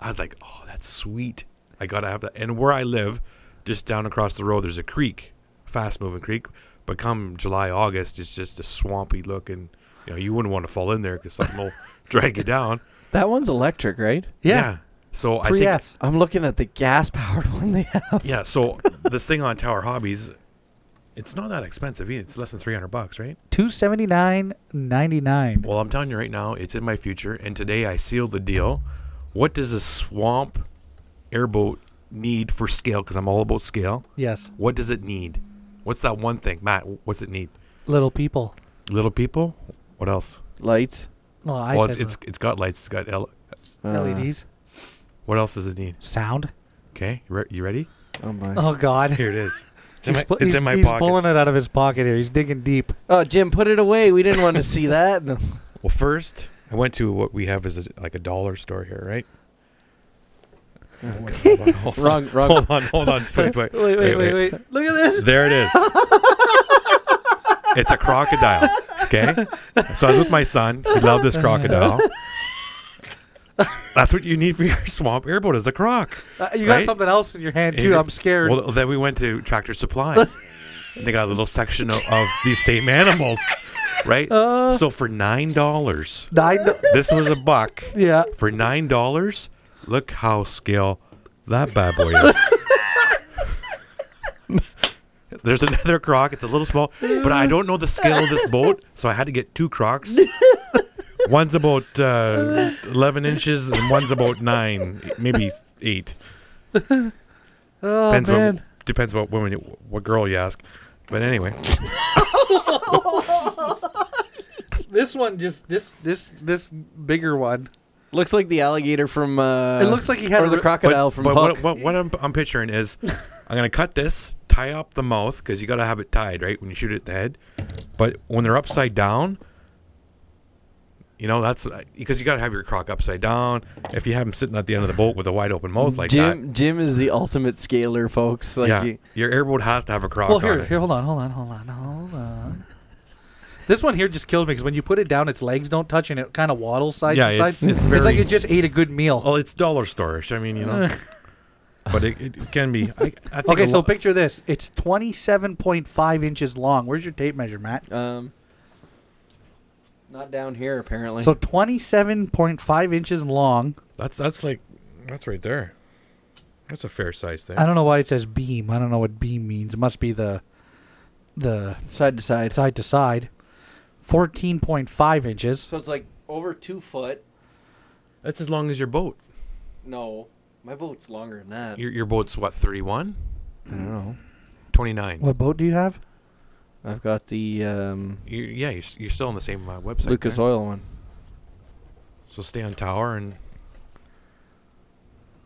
I was like, oh, that's sweet. I gotta have that. And where I live, just down across the road, there's a creek, fast moving creek. But come July, August, it's just a swampy look, and you know you wouldn't want to fall in there because something will drag you down.
That one's electric, right?
Yeah.
So I
Free
think
S.
I'm looking at the gas powered one they have.
yeah. So this thing on Tower Hobbies, it's not that expensive. either. It's less than three hundred bucks, right?
Two seventy nine ninety nine.
Well, I'm telling you right now, it's in my future. And today I sealed the deal. What does a swamp airboat need for scale? Because I'm all about scale.
Yes.
What does it need? What's that one thing, Matt? What's it need?
Little people.
Little people. What else?
Lights.
Well, I
Well,
said
it's, it's it's got lights. It's got L-
Uh,
LEDs.
What else does it need?
Sound.
Okay, you, re- you ready?
Oh my.
Oh God.
Here it is. It's in
He's
my,
pu-
it's
he's-
in my
he's
pocket.
pulling it out of his pocket here. He's digging deep.
Oh, Jim, put it away. We didn't want to see that. No.
Well, first I went to what we have is a, like a dollar store here, right? Hold on, hold on,
Wrong, wrong.
hold on, hold on. Wait, wait,
Wait, wait, wait, wait. Look at this.
There it is. it's a crocodile. Okay. So I was with my son. He loved this crocodile. That's what you need for your swamp airboat is a croc.
Uh, you got
Right?
something else in your hand
And-
too. I'm scared.
Well, then we went to Tractor Supply. And they got a little section of, of these same animals, right?
Uh.
so for nine dollars,
Nine.
this was a buck.
yeah.
For nine dollars, look how scale that bad boy is. There's another croc. It's a little small, but I don't know the scale of this boat, so I had to get two crocs. One's about uh, eleven inches, and one's about nine, maybe eight.
Oh
Depends
man.
what depends what woman, you- what girl you ask. But anyway,
This one just this this this bigger one.
Looks like the alligator from. Uh,
It looks like he had
or
a
the
re-
crocodile
but,
from
but
Hook.
what, what, what I'm, I'm picturing is I'm gonna cut this, tie up the mouth because you gotta have it tied right when you shoot it at the head. But when they're upside down, you know that's because you gotta have your croc upside down. If you have them sitting at the end of the boat with a wide open mouth like
Jim, Jim is the ultimate scaler, folks.
that,
Like
yeah,
he-
your airboat has to have a croc
Well,
on
here,
Oh, it.
here, hold on, hold on, hold on, hold on. This one here just kills me because when you put it down, its legs don't touch and it kind of waddles side
Yeah,
to
it's-
side.
it's very- Oh,
like it just ate a good meal.
Well, it's dollar store-ish. I mean, you know, but it, it can be. I, I think
okay,
a
so
lo-
picture this: it's twenty-seven point five inches long. Where's your tape measure, Matt?
Um, not down here apparently.
So twenty-seven point five inches long.
that's that's like that's right there. That's a fair size thing.
I don't know why it says beam. I don't know what beam means. It must be the the
side to side.
side to side. Fourteen point five inches.
So it's like over two foot.
That's as long as your boat.
No, my boat's longer than that.
Your, your boat's what, 31?
I don't know.
29.
What boat do you have?
I've got the um,
You, yeah, you're, s- you're still on the same uh, website.
Lucas
there.
Oil one.
So stay on tower, and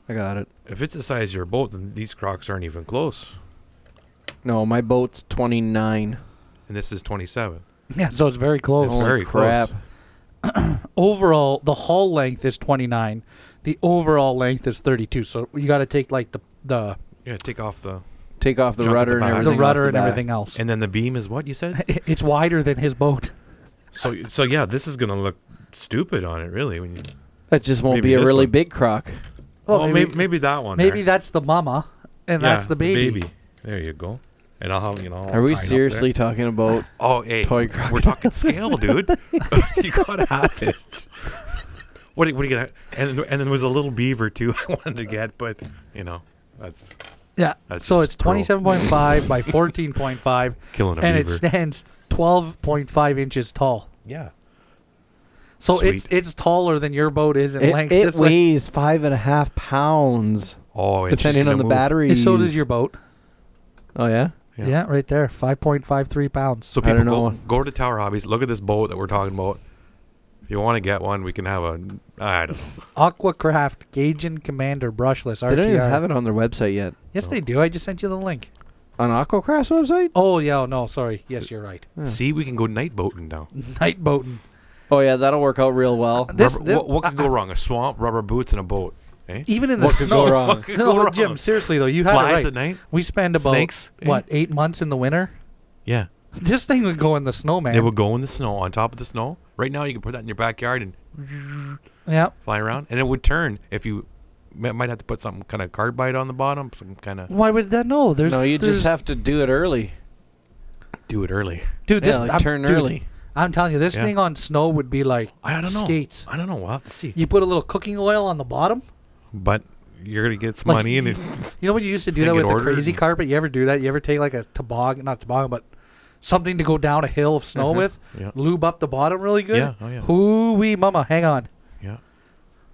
I got it.
if it's the size of your boat, then these crocs aren't even close.
No, my boat's twenty nine.
And this is 27.
Yeah, so it's very close.
It's very
crap.
close.
overall the hull length is 29 the overall length is 32 so you got to take like the the,
Yeah, take off the.
Take off the
Jump at
rudder
the
and
back.
everything.
the
off
rudder and
back.
everything else
And then the beam is what you said?
it's wider than his boat
so, y- so yeah, this is going to look stupid on it, really. When you,
That just won't
Maybe
be a
this
really
one.
big croc.
Oh,
oh, maybe,
maybe-
maybe, that one.
maybe
there.
that's the mama and
Yeah,
that's the baby,
There you go. And I'll have, you know. all
Are we
tied up there.
seriously talking about?
Oh, hey,
Toy
we're
crocodile.
talking scale, dude. you gotta have it. What are, what are you gonna? And then- and then there was a little beaver too. I wanted to get, but you know, that's
yeah
That's
so
just
it's 27.5 by 14.5
killing a
and it
beaver.
stands 12.5 inches tall
yeah,
so it's
Sweet.
it's taller than your boat is in
It,
length
it
this way
weighs five and a half pounds,
oh, it's just
depending
gonna
on the
move.
battery.
so does your boat
Oh yeah.
Yeah.
yeah, right there 5.53 pounds
So
I
people
don't
go,
know.
go to Tower Hobbies. Look at this boat that we're talking about. If you want to get one, we can have a. I don't know.
aquacraft Gaijin commander brushless
They
RTR.
don't even have it on their website yet.
Yes,
Oh.
they do. I just sent you the link.
On Aquacraft's website?
Oh, yeah. oh, No, sorry. Yes, you're right.
Yeah.
See, we can go night boating now.
Night boating.
Oh yeah, that'll work out real well.
This-
Rubber-
this-
what, what could go wrong? A swamp, rubber boots, and a boat. Eh?
Even in the
What could
snow.
go wrong?
could
no,
go
but Jim,
wrong?
seriously though, you had
Flies
it
at
right.
night.
We spend about
Snakes, eh?
what eight months in the winter.
Yeah.
This thing would go in the snow, man.
It will go in the snow, on top of the snow. Right now, you can put that in your backyard and
Yep.
flying around, and it would turn if you mi- might have to put some kind of carbide on the bottom, some kind of
Why would that? No, there's
no, you
there's-
just have to do it early.
do it early.
dude.
yeah,
This
like
I'm,
turn
dude,
early.
I'm telling you, this
Yeah.
thing on snow would be like
I don't know.
skates.
I don't know. We'll have to see.
You put a little cooking oil on the bottom.
But you're gonna get some
Like-
money, and it's,
You know when you used to do
They
that
get
with the
ordered
crazy
and-
carpet? You ever do that? You ever take like a toboggan, not toboggan, but something to go down a hill of snow
Mhm.
with?
Mm-hmm. yeah,
Lube up the bottom really good?
yeah, oh yeah,
Hoo wee mama, hang on.
yeah.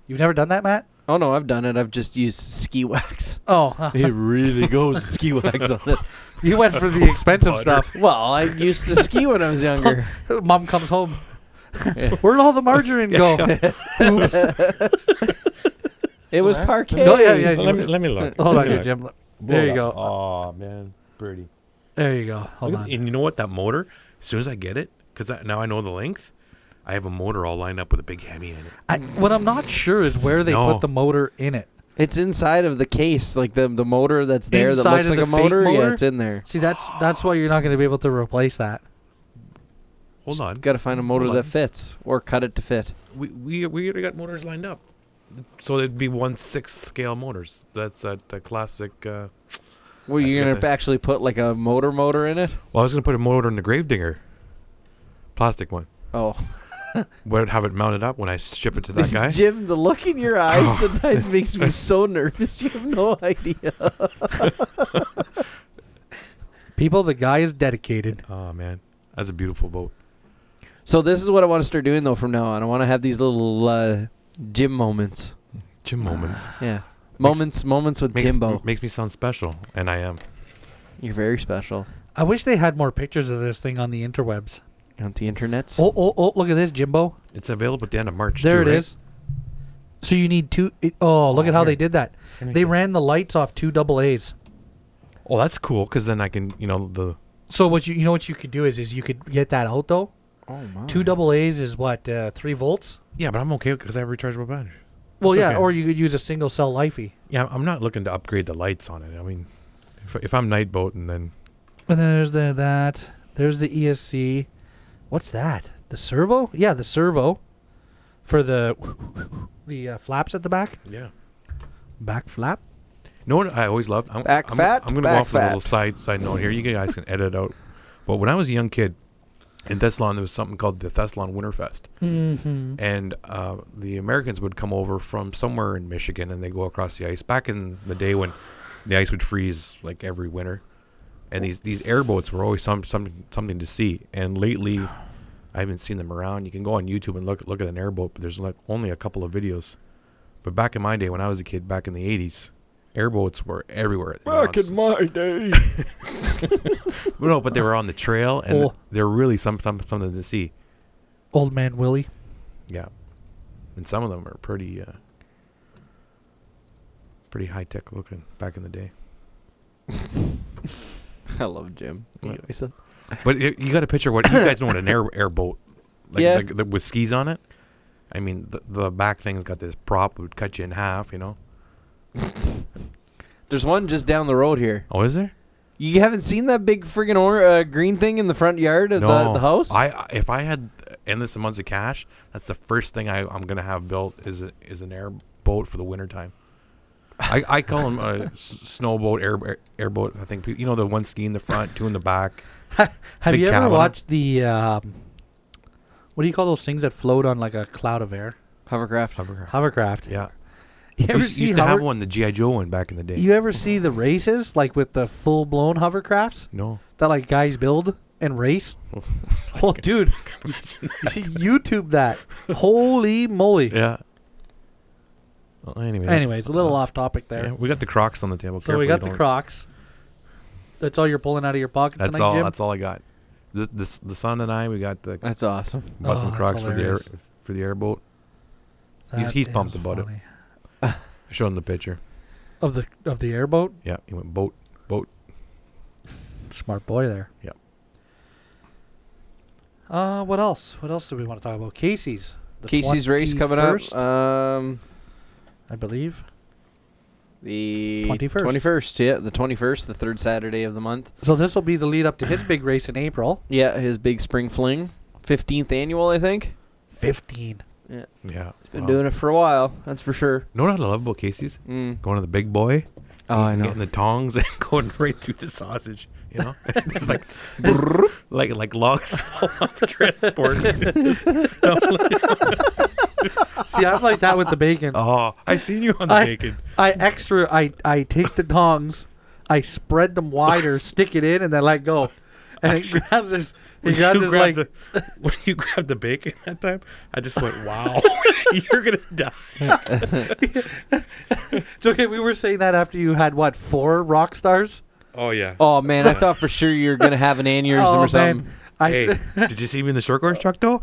You've never done that, Matt?
Oh no, I've done it. I've just used ski wax.
Oh,
It really goes ski wax on it.
you went for the expensive stuff.
Well, I used to ski when I was younger.
Mom comes home.
Yeah.
Where'd all the margarine go? Oops.
It was parquet.
No, yeah, yeah.
Let me let me look.
Hold on
Let me
here,
look.
Jim. There you go.
Oh man, pretty.
There you go. Hold
Look at-
on.
And you know what? That motor. As soon as I get it, because now I know the length, I have a motor all lined up with a big Hemi in it.
I, what I'm not sure is where they
No.
put the motor in it.
It's inside of the case, like the the motor that's there
Inside
that looks
of
like
the
a motor.
fake motor?
Yeah, it's in there.
See, that's that's why you're not going to be able to replace that.
Hold on.
Got to find a motor
Hold
that
on.
fits or cut it to fit.
We we we already got motors lined up. So it'd be one sixth scale motors. That's a, the classic. Uh,
Well,
I
you're
forget
gonna
the-
actually put like a motor motor in it.
well, I was gonna put a motor in the Gravedigger, plastic one.
Oh,
Would have it mounted up when I ship it to that guy.
Jim, the look in your eyes sometimes makes me so nervous. You have no idea.
People, the guy is dedicated.
oh man, that's a beautiful boat.
So this is what I want to start doing though from now on. I want to have these little uh, Jim moments.
Jim moments.
Yeah, moments, moments with
Makes,
Jimbo.
m- makes me sound special, and I am.
You're very special
I wish they had more pictures of this thing on the interwebs.
on the internet.
Oh, oh, oh! Look at this, Jimbo.
It's available at the end of March.
There
too,
it
right?
is. So you need two it- oh look
Oh,
at how
here.
they did that.
Here,
They
here.
ran the lights off two double A's.
Oh, that's cool because then I can, you know, the
So what you you know what you could do is is you could get that out though.
Oh my!
Ah.
Two double A's is what uh, three volts.
yeah, but I'm okay because I have rechargeable battery.
Well,
That's
yeah,
okay.
or you could use a single cell lifey,
Yeah, I'm not looking to upgrade the lights on it. I mean, if, if I'm night boat and then
and then there's the that there's the ESC. What's that? The servo? Yeah, the servo for the the uh, flaps at the back,
yeah,
back flap.
no, what I always loved. I'm,
Back
I'm,
fat,
I'm gonna
back
go off with a little
fat.
side side note here. You guys can edit out. But when I was a young kid in Thessalon, there was something called the Thessalon Winterfest,
Mm-hmm.
and uh, the Americans would come over from somewhere in Michigan and they go across the ice. Back in the day when the ice would freeze like every winter, and these these airboats were always some some something to see. And lately, I haven't seen them around. You can go on YouTube and look look at an airboat, but there's like only a couple of videos. But back in my day, when I was a kid, back in the '80s, airboats were everywhere. They
Ah,
were on s-
my day.
no, but they were on the trail, and
Oh.
they're really some, some something to see.
Old man Willie.
Yeah, and some of them are pretty, uh, pretty high tech looking back in the day.
I love Jim.
Yeah.
You always said-
But it, you got to picture what you guys know what an air airboat, like,
Yeah.
like the, with skis on it. I mean, the, the back thing's got this prop that would cut you in half. You know?
There's one just down the road here.
Oh, is there?
You haven't seen that big friggin' or, uh, green thing in the front yard of the, the house?
I I- if I had endless amounts of cash, that's the first thing I, I'm gonna have built is a, is an airboat for the wintertime. I, I call them a s- snowboat, air, air airboat. I think pe- you know the one ski in the front, two in the back.
Have
Big
you ever
cabin.
watched the um, what do you call those things that float on like a cloud of air?
Hovercraft.
Hovercraft.
Yeah,
You
we
ever
used,
see
used to have
hover-
one, the GI Joe one back in the day.
You ever see the races like with the full blown hovercrafts
no,
that like guys build and race? oh, dude, YouTube that! Holy moly!
yeah. Well, anyway, that's-
Anyways, a little
uh,
off topic there.
yeah, we got the Crocs on the table.
so we got
Careful
the
you don't-
Crocs. That's all you're pulling out of your pocket
That's
tonight,
all.
Jim.
That's all I got. The, the s- the son and I, we got the
That's awesome.
Oh,
busting
that's
Crocs for the air,
hilarious.
for the airboat. he's- he's pumped about it. I showed him the picture.
Of the of the airboat,
Yeah, he went boat.
smart boy there.
Yep.
Uh, what else? What else do we want to talk about? Casey's. The
Casey's race coming
21st,
up. Um,
I believe.
the
21st.
21st. Yeah, the 21st, the third Saturday of the month.
So this will be the lead up to his big race in April.
Yeah, his big spring fling. 15th annual, I think.
Fifteen.
Yeah.
Been
well,
doing it for a while, that's for sure.
You know what I love about Casey's?
Mm.
Going to the big boy.
Oh, I know.
Getting the tongs and going right through the sausage. You know, it's like like like logs full of transport.
See, I'm like that with the bacon.
oh, I seen you on the
I-
bacon.
I extra, I, I take the tongs, I spread them wider, stick it in, and then let go. And he grabs his, he
When
grabs
you
his
grabbed
like,
the, when you grabbed the bacon that time, I just went, "Wow, you're gonna die."
It's okay, we were saying that after you had what four rock stars?
Oh yeah.
Oh man, I thought for sure you were gonna have an aneurysm
Oh,
or something.
man. I
Hey, did you see me in the short course truck though?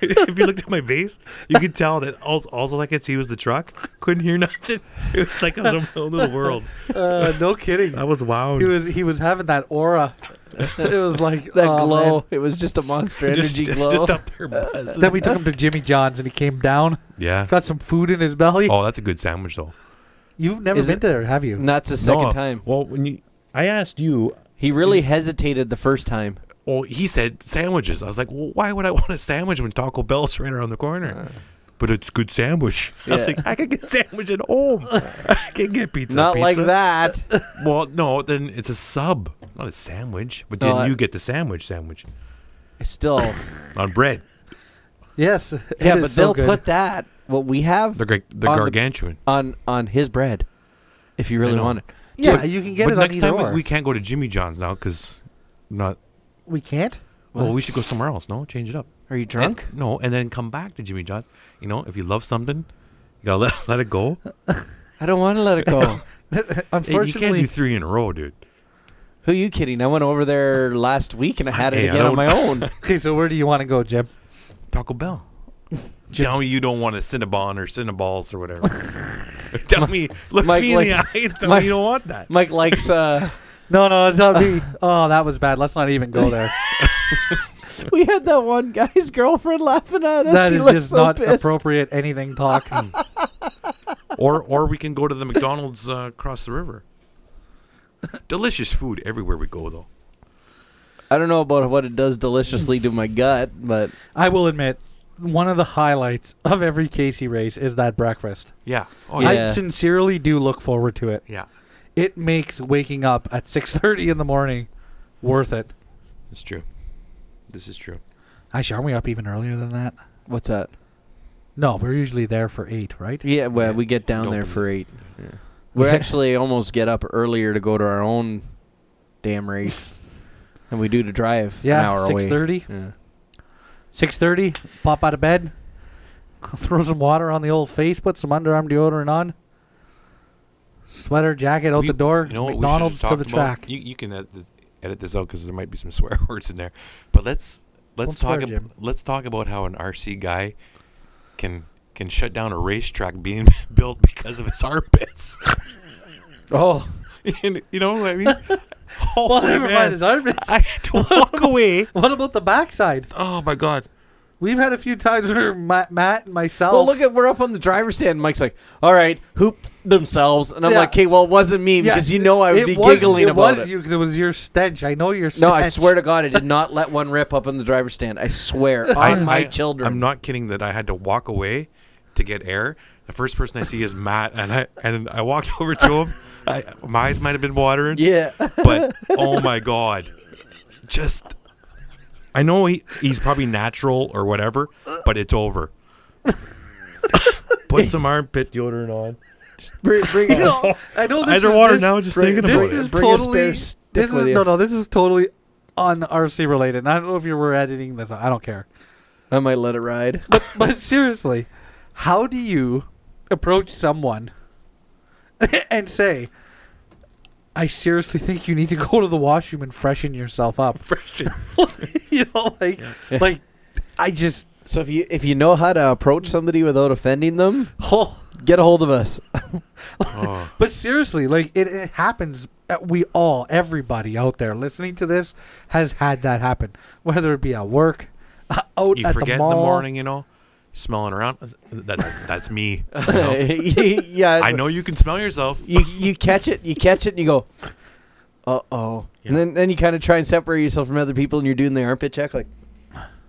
if you looked at my face, you could tell that all, all I could see was the truck. Couldn't hear nothing. It was like I was in my own little world.
uh, no kidding.
I was wound.
He was he was having that aura. It was like
That
oh,
glow,
man.
it was just a monster
just,
energy glow.
just up there buzzing.
Then we took him to Jimmy John's and he came down,
yeah.
got some food in his belly.
Oh, that's a good sandwich though.
You've never
Is
been
it-
there, have you?
And that's the second
No,
time.
Well, when you, I asked you,
He really hesitated the first time.
Well, he said sandwiches. I was like, well, why would I want a sandwich when Taco Bell's right around the corner? but it's good sandwich. I was
Yeah.
like, I could get sandwich at home. I can get pizza.
Not like
pizza.
that.
Well, no, then it's a sub, not a sandwich. But
No,
then
I-
you get the sandwich, sandwich
Still,
on bread.
Yes. it
yeah,
is
but
so
they'll
good.
put that what we have
They're, gar- they're
On the-
gargantuan.
on on his bread, if you really
know.
want it.
Yeah,
But-
you can get
but
it
next
on either
time we-
or.
we can't go to Jimmy John's now because not.
we can't.
Well, we should go somewhere else. No, change it up.
Are you
And-
drunk?
no, and then come back to Jimmy John's. You know, if you love something, you gotta let, let it go.
I don't want to let it go.
Hey, you can't do
Unfortunately,
three in a row, dude.
Who you kidding? I went over there last week and I had it
Hey, I
again on
don't-
my own.
okay. So where do you want to go, Jim?
Taco Bell. Tell me you don't want a Cinnabon or Cinnaballs or whatever. Tell me, look
Mike,
me in
like-
the eye and tell
Mike-
me you don't want that.
Mike likes uh
No, no, it's not me. oh, that was bad. Let's not even go there.
we had that one guy's girlfriend laughing at us.
that
He
is
looked
just
so
not
pissed.
appropriate. Anything talk.
Or, or we can go to the McDonald's uh, across the river. Delicious food everywhere we go, though.
I don't know about what it does deliciously to my gut, but
I will admit, one of the highlights of every Casey race is that breakfast.
Yeah. Oh
Yeah.
yeah.
I sincerely do look forward to it.
Yeah.
It makes waking up at 6:30 in the morning worth it.
It's true. This is true.
Actually, aren't we up even earlier than that?
what's that?
No, we're usually there for eight, right?
Yeah, well,
Yeah.
we get down
Don't
there
believe
for eight.
Yeah.
We
Yeah.
actually almost get up earlier to go to our own damn race than we do to drive an
Yeah,
hour
six
away.
thirty.
Yeah.
Six thirty. Pop out of bed. Throw some water on the old face. Put some underarm deodorant on. Sweater jacket out
We-
the door.
you know what we should have
McDonald's to
talked
the
about?
track.
You, you can edit, th- edit this out because there might be some swear words in there. But let's let's
Don't swear,
talk ab-
Jim.
let's talk about how an RC guy can can shut down a racetrack being built because of his armpits.
Oh,
And, you know what I mean? Holy
Well, never mind his
man.
armpits.
I had to walk away.
What about the backside?
Oh my god!
We've had a few times where Matt, Matt and myself.
well, look at we're up on the driver's stand. Mike's like, "All right, hoop themselves," and I'm
Yeah.
like, "Okay, well, it wasn't me
Yeah,
because you know I would
it
be
was-
giggling
it
about
was
it."
you because it was your stench. I know your stench.
No, I swear to God, I did not let one rip up on the driver's stand. I swear on
I-
my
I-
children.
I'm not kidding that I had to walk away to get air. The first person I see is Matt, and I and I walked over to him. I, my eyes might have been watering.
Yeah,
but oh my god just i know he, he's probably natural or whatever but it's over put some armpit deodorant on
bring, bring
You
it.
know, I know this
Eyes are
is,
watering
this,
now just thinking
This
about it
is
Bring a spare
totally.
stick
This is
with you.
no, no. This is totally on RC related. And I don't know if you were editing this. I don't care.
I might let it ride.
But but seriously, how do you approach someone and say, "I seriously think you need to go to the washroom and freshen yourself up"?
Freshen.
you know, like like I just
So if you if you know how to approach somebody without offending them,
oh.
get a hold of us.
oh,
But seriously, like it, it happens. uh, We all, everybody out there listening to this, has had that happen. Whether it be at work, uh, out
you
at
forget
the mall.
in the morning you know smelling around that, that- that's me you know?
yeah,
i know you can smell yourself
you you catch it, you catch it, and you go, uh oh, and
Yeah.
then then you kind of try and separate yourself from other people, and you're doing the armpit check, like,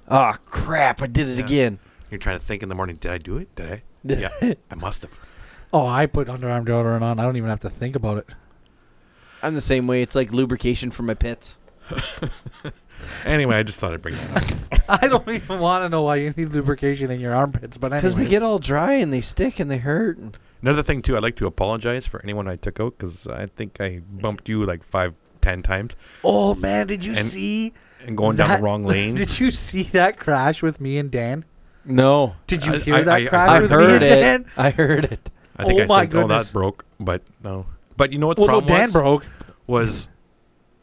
ah crap, I did it
Yeah.
again.
You're trying to think in the morning, did I do it? Did I?
Yeah.
Yeah, I must have.
Oh, I put underarm deodorant on. I don't even have to think about it.
I'm the same way. It's like lubrication for my pits.
Anyway, I just thought I'd bring that up.
I don't even want to know why you need lubrication in your armpits, but
Because they
anyways.
get all dry and they stick and they hurt. And
Another thing, too, I'd like to apologize for anyone I took out because I think I bumped you like five, ten times
oh man, did you
And-
see
and going down
that-
the wrong lane.
Did you see that crash with me and Dan?
no.
Did you
I-
hear
I-
that
I-
crash
I
with
heard
me and
it.
Dan?
I heard it.
I think
Oh
I
my
said, oh,
goodness.
that broke. But no. But you know what the
Well, no,
problem
Dan
was?
broke.
was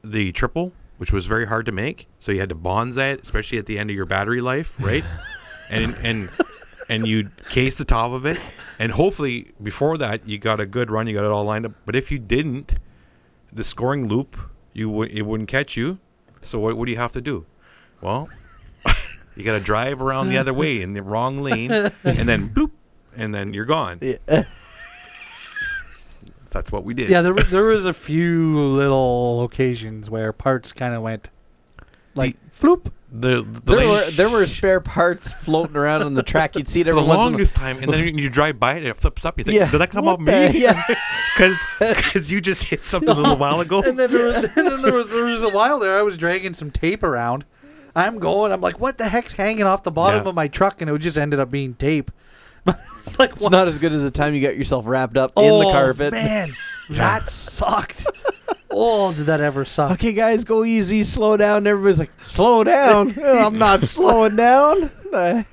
the triple, which was very hard to make. So you had to bonsai it, especially at the end of your battery life, right? and and and you case the top of it, and hopefully before that you got a good run, you got it all lined up. But if you didn't, the scoring loop you w- it wouldn't catch you. So what what do you have to do? Well, you got to drive around the other way in the wrong lane, and then bloop, and then you're gone. That's what we did.
Yeah, there, wa- there was a few little occasions where parts kind of went like floop.
the the
there
lane-
were there were spare parts floating around on the track. You'd see it
for the
every once in a-
longest time, and then you drive by it, and it flips up. You think,
Yeah.
did that come
What
off
the-
me?
Yeah.
Because you just hit something a little while ago.
And then there was, and then there was there was a while there I was dragging some tape around. I'm going. I'm like, what the heck's hanging off the bottom
Yeah.
of my truck? And it just ended up being tape. But it's like,
It's
what?
not as good as the time you got yourself wrapped up in the
Oh,
carpet.
Man, that sucked. oh, did that ever suck?
Okay, guys, go easy, slow down. Everybody's like, slow down. I'm not slowing down. and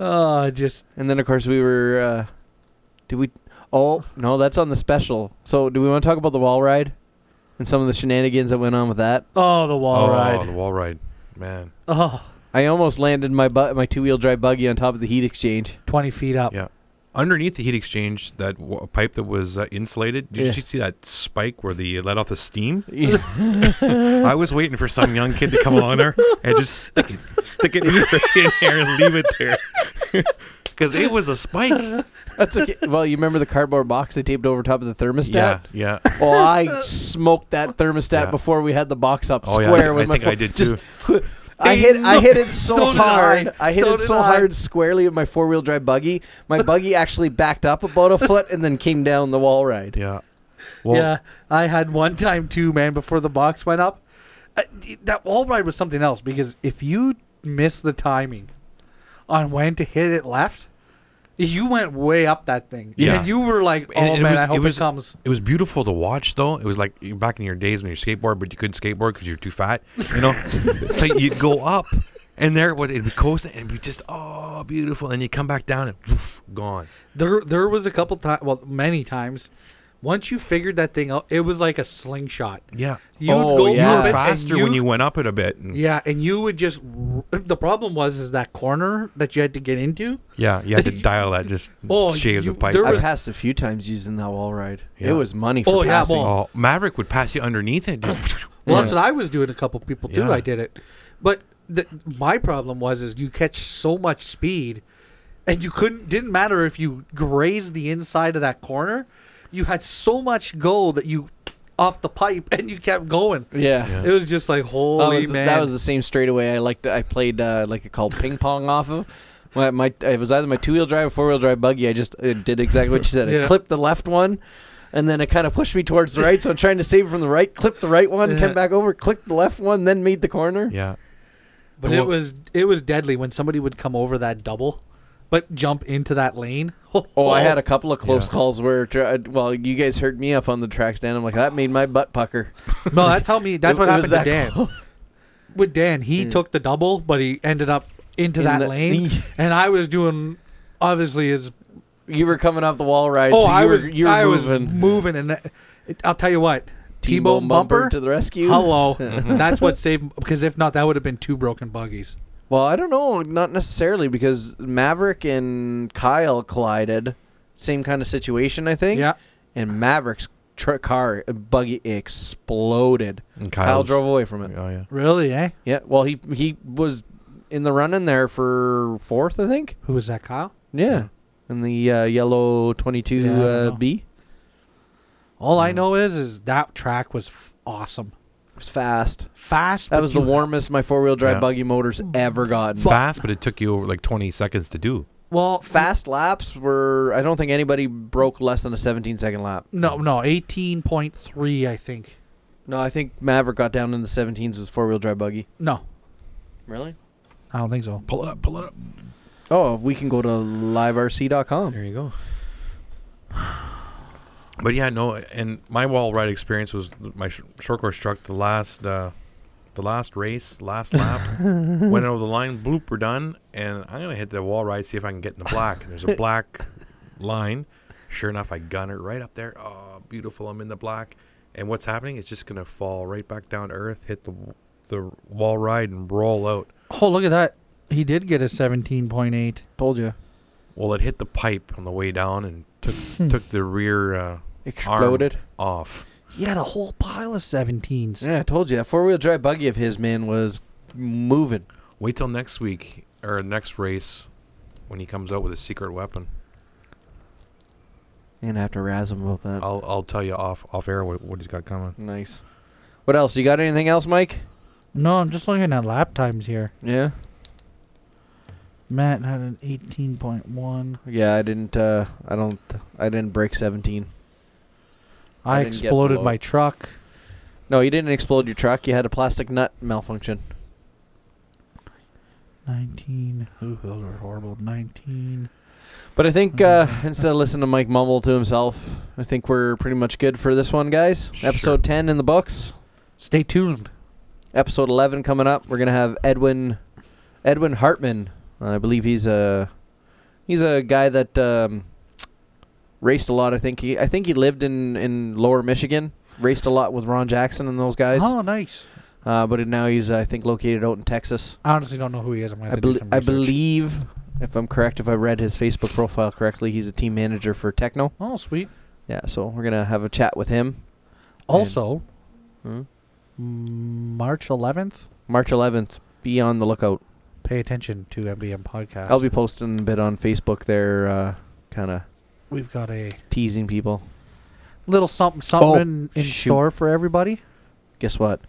Oh, I just
then of course we were. Uh, did we? Oh no, that's on the special. So do we want to talk about the wall ride and some of the shenanigans that went on with that?
oh the wall
oh, the
ride.
wall ride, man.
Oh,
I almost landed my bu- my two wheel drive buggy on top of the heat exchange.
20 feet up.
Yeah. Underneath the heat exchange, that w- pipe that was uh, insulated, did
Yeah.
you see that spike where the uh, let off the steam?
Yeah. Mm-hmm.
I was waiting for some young kid to come along there and just stick it, stick it right in there and leave it there. Because it was a spike.
That's okay. Well, you remember the cardboard box they taped over top of the thermostat?
Yeah, yeah.
Well, I smoked that thermostat
Yeah.
before we had the box up
Oh, yeah, I
square
thi-
with
I
my
think I
fo-
did
just, I
Hey,
hit I
so-
hit it so,
so did I.
hard. I, hit
So
it
did
so
I.
hard squarely with my four wheel drive buggy. My buggy actually backed up about a foot and then came down the wall ride.
Yeah. Well,
yeah, I had one time too, man. Before the box went up, uh, d- that wall ride was something else because if you miss the timing on when to hit it left, you went way up that thing.
Yeah.
and you were like, "Oh
And it
man,
was-
I
it
hope it,
was-
comes."
It was beautiful to watch, though. It was like you- back in your days when you skateboard, but you couldn't skateboard because you were too fat. You know, so you'd go up, and there it would it'd be coasting, and it'd be just oh beautiful, and you come back down and poof, gone.
There, there was a couple times, well, many times. Once you figured that thing out, it was like a slingshot.
Yeah,
You'd
Oh,
go
yeah.
you
up
were
it
faster
and
when you went up it a bit. and-
Yeah, and you would just. r- The problem was is that corner that you had to get into.
yeah, you had to dial that just
Oh,
shave
you-
the pipe.
there
I
was-
passed a few times using that wall ride.
Yeah.
It was money for
Oh, yeah,
passing.
well-
oh, Maverick would pass you underneath it. Just
Well, that's what I was doing. A couple people too.
Yeah.
I did it, but the, my problem was is you catch so much speed, and you couldn't. Didn't matter if you grazed the inside of that corner, you had so much go that you off the pipe and you kept going.
yeah.
Yeah.
It was just like
That
holy
was,
man.
that was the same straightaway I liked. I played uh, like it called ping pong off of. My, my it was either my two wheel drive or four wheel drive buggy. I just it did exactly what you said. I
Yeah.
clipped the left one, and then it kind of pushed me towards the right. So I'm trying to save from the right. Clipped the right one,
Yeah.
came back over, clicked the left one, then made the corner.
yeah,
but it was it was deadly when somebody would come over that double, but jump into that lane.
Oh, I had a couple of close
Yeah.
calls where, tra- well, you guys heard me up on the track stand. I'm like, that made my butt pucker.
no. That's how me. That's
It-
what
it was that
happened to Dan.
close.
with Dan, he took the double, but he ended up
Hmm.
into
In
that
the-
lane, and I was doing obviously as
You were coming off the wall right. so
oh
you
I
were,
was
you were
I
moving.
was moving, and that- it, I'll tell you what, T Bone bumper,
to the rescue.
hello, that's what saved because if not, that would have been two broken buggies.
Well, I don't know, not necessarily because Maverick and Kyle collided, same kind of situation, I think.
Yeah,
And Maverick's tr- car uh, buggy exploded.
and
Kyle,
Kyle
drove away from it. Yeah.
Oh yeah,
really, eh?
Well, he he was in the running there for fourth, I think.
Who was that, Kyle?
Yeah.
Yeah.
In the uh, yellow twenty two
Yeah, I don't
uh,
know.
B.
All I
Mm.
know is is that track was f- awesome.
was fast.
Fast.
That
but
was the
you-
warmest my four wheel drive
Yeah.
buggy motor's ever gotten.
fast, but it took you like 20 seconds to do.
Well,
Fast laps were. I don't think anybody broke less than a 17 second lap.
No, no, eighteen point three, I think.
No, I think Maverick got down in the 17s as four wheel drive buggy.
No,
Really?
I don't think so.
Pull it up, pull it up.
Oh, we can go to liverc.com.
There you go. But yeah, no, and my wall ride experience was th- my sh- short course truck. The last, uh, the last race, last lap, went over the line. Bloop, we're done. And I'm gonna hit the wall ride, see if I can get in the black. And there's a black line. Sure enough, I gun it right up there. Oh, beautiful! I'm in the black. And what's happening? It's just gonna fall right back down to earth, hit the w- the wall ride, and roll out.
Oh, look at that. He did get a seventeen point eight.
Told you.
Well, it hit the pipe on the way down and took took the rear uh,
Exploded.
off.
He had a whole pile of seventeens.
Yeah, I told you. That four wheel drive buggy of his, man, was moving.
Wait till next week or next race when he comes out with a secret weapon.
I'm going to have to razz him about that.
I'll I'll tell you off off air what, what he's got coming.
Nice. What else? You got anything else, Mike?
No, I'm just looking at lap times here.
Yeah.
Matt had an eighteen point one.
Yeah, I didn't. Uh, I don't. I didn't break 17.
I,
I didn't get
exploded
below.
my truck.
No, you didn't explode your truck. You had a plastic nut malfunction.
Nineteen. Ooh, those were horrible. Nineteen.
But I think uh, instead of listening to Mike mumble to himself, I think we're pretty much good for this one, guys.
Sure.
Episode 10 in the books.
Stay tuned.
Episode 11 coming up. We're gonna have Edwin, Edwin Hartman. I believe he's a he's a guy that um, raced a lot. I think he I think he lived in in Lower Michigan. Raced a lot with Ron Jackson and those guys.
Oh, nice.
Uh, but now he's I think located out in Texas.
I honestly don't know who he is. I'm gonna
I,
have to do
bel-
some
I
research.
believe, if I'm correct, if I read his Facebook profile correctly, he's a team manager for Techno.
Oh, sweet.
Yeah, so we're gonna have a chat with him.
Also,
Hmm?
March 11th.
March 11th. Be on the lookout.
Pay attention to MBM podcast.
I'll be posting a bit on Facebook there, uh, kind of
We've got a
teasing people.
little something something in
Oh, shoot.
store for everybody.
Guess what?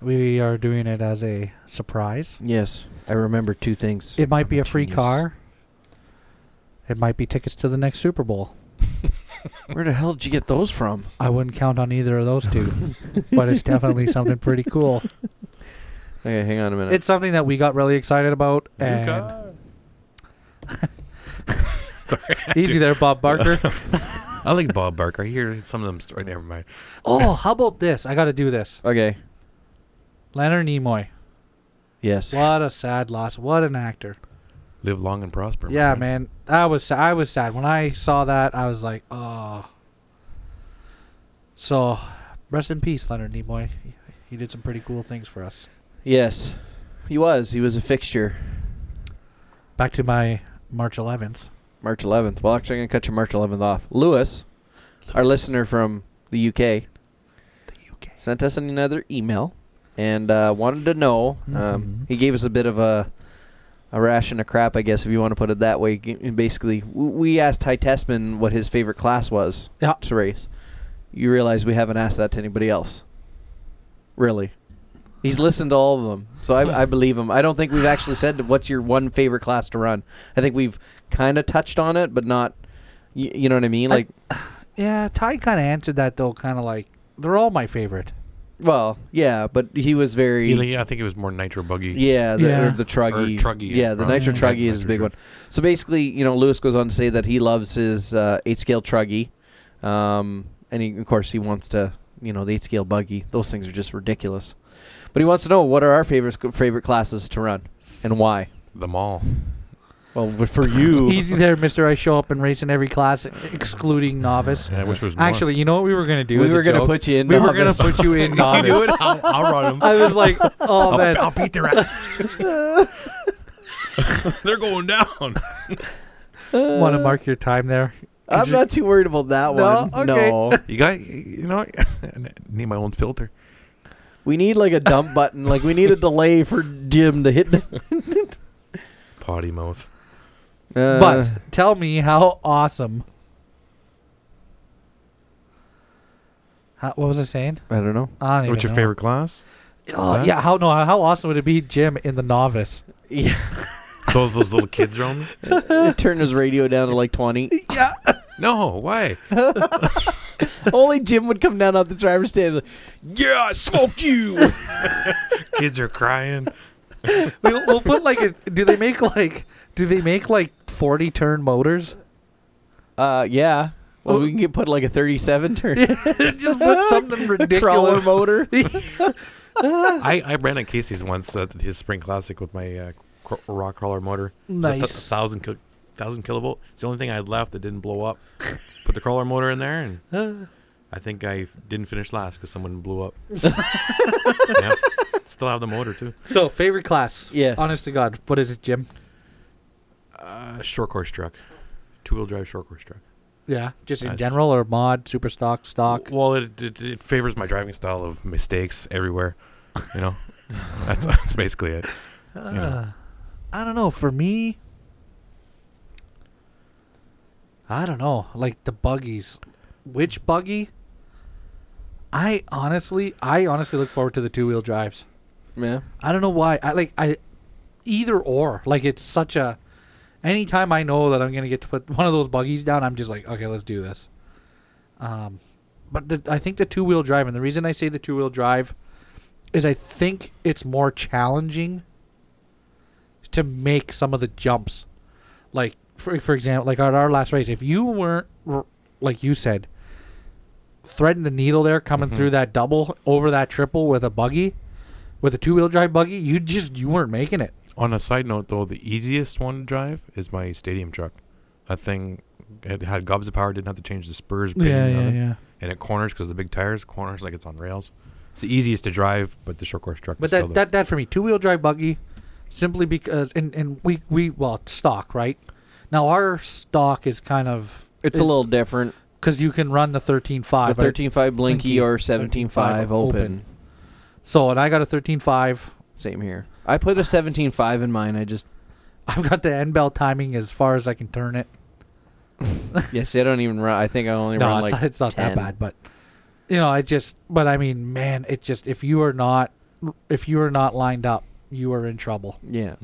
We are doing it as a surprise.
Yes, I remember two things.
It might be
a
a free
genius.
car. It might be tickets to the next Super Bowl.
Where the hell did you get those from?
I wouldn't count on either of those two, but it's definitely something pretty cool.
Okay, hang on a minute.
It's something that we got really excited about. And
Sorry,
easy there, Bob Barker.
I like Bob Barker. I hear some of them. St- never mind.
oh, how about this? I got to do this.
okay.
Leonard Nimoy.
Yes.
What a sad loss. What an actor.
Live long and prosper. my
Yeah,
friend.
man. I was sa- I was sad when I saw that. I was like, oh. So, rest in peace, Leonard Nimoy. He- He did some pretty cool things for us.
Yes. He was. He was a fixture.
Back to my March 11th.
March 11th. Well, actually, I'm gonna cut your March 11th off. Lewis, our listener from the UK,
The UK.
sent us another email and uh, wanted to know. Um,
Mhm.
he gave us a bit of a a ration of crap, I guess, if you want to put it that way. G- Basically, w- we asked Ty Testman what his favorite class was
Yeah.
to race. You realize we haven't asked that to anybody else, really. He's listened to all of them, so I, I believe him. I don't think we've actually said what's your one favorite class to run. I think we've kind of touched on it, but not. You, you know what I mean?
I-
Like,
Yeah, Ty kind of answered that, though, kind of like, they're all my favorite.
well, yeah, but he was very.
He- I think it was more nitro buggy.
Yeah, the,
Yeah.
Or the truggy.
Or truggy,
Yeah, the
probably.
nitro
Mm.
truggy is a
Nitro
big
truggy.
one. So basically, you know, Lewis goes on to say that he loves his uh, eight scale truggy, um, and he, of course he wants to, you know, the eight scale buggy. Those things are just ridiculous. But he wants to know what are our favorite favorite classes to run and why.
The mall.
Well, but for you,
Easy there, mister. I show up and race in every class, excluding novice.
Yeah, which was more.
Actually, you know what we were going to do?
we
as a
were gonna
joke?
put you in.
we were going
novice.
to put you in
I knew
novice.
it. I'll, I'll run him.
I was like, oh, man.
I'll beat their ass. They're going down.
Want to mark your time there?
I'm
you-
not too worried about that
No?
one.
Okay.
No,
You got. You know. what? I need my own filter.
we need like a dump button. Like we need a delay for Jim to hit. The,
Potty mouth.
Uh,
but tell me how awesome How, what was I saying?
I don't know.
I don't
What's your
even know.
favorite class?
Oh,
Huh?
yeah, how no? How awesome would it be, Jim, in the novice?
Yeah.
Those those little kids roaming?
Turn his radio down to like 20.
No, why?
Only Jim would come down off the driver's stand. Like, yeah, I smoked you.
Kids are crying.
We, we'll put like a. Do they make like? Do they make like forty turn motors?
uh, yeah. Well,
Oh.
we can get put like a 37 turn.
Just put something
Crawler
ridiculous.
motor.
I, I ran at Casey's once at his spring classic with my uh, cr- rock crawler motor. It was a th-
Nice.
thousand ki- thousand kilovolt. It's the only thing I had left that didn't blow up. Put the crawler motor in there, and I think I f- didn't finish last because someone blew up. yeah. Still have the motor too.
so, favorite class?
Yes.
Honest to God, what is it, Jim?
Uh, short course truck, two wheel drive short course truck.
Yeah, just in
Nice.
general or mod, super stock, stock.
Well, it, it it favors my driving style of mistakes everywhere. You know, that's that's basically it. know.
Uh, I don't know. For me, I don't know. Like the buggies, which buggy? I honestly, I honestly look forward to the two wheel drives.
Yeah.
I don't know why. I like I either or. Like it's such a. Anytime I know that I'm gonna get to put one of those buggies down, I'm just like, okay, let's do this. Um, but the, I think the two wheel drive, and the reason I say the two wheel drive, is I think it's more challenging to make some of the jumps. Like for for example, like at our last race, if you weren't r- like you said, threading the needle there, coming
Mhm.
through that double over that triple with a buggy, with a two wheel drive buggy, you just you weren't making it.
On a side note, though, the easiest one to drive is my stadium truck. That thing it had gobs of power. Didn't have to change the spurs. pin, nothing. And it corners because the big tires corners like it's on rails. It's the easiest to drive, but the short course truck.
But
is still
that,
the-
that that for me, two wheel drive buggy, simply because and and we we well it's stock right. Now our stock is kind of
It's a little different.
because you can run the thirteen five.
the 13.5 blinky,
Blinky,
or 17.5 open.
17.5 open. So and I got a thirteen five.
Same here. I put a 17.5 in mine. I just,
I've got the end bell timing as far as I can turn it.
yes, I don't even run. I think I only
No,
run
it's,
like
not, it's not
10.
that bad, but you know, I just. But I mean, man, it just if you are not if you are not lined up, you are in trouble.
Yeah.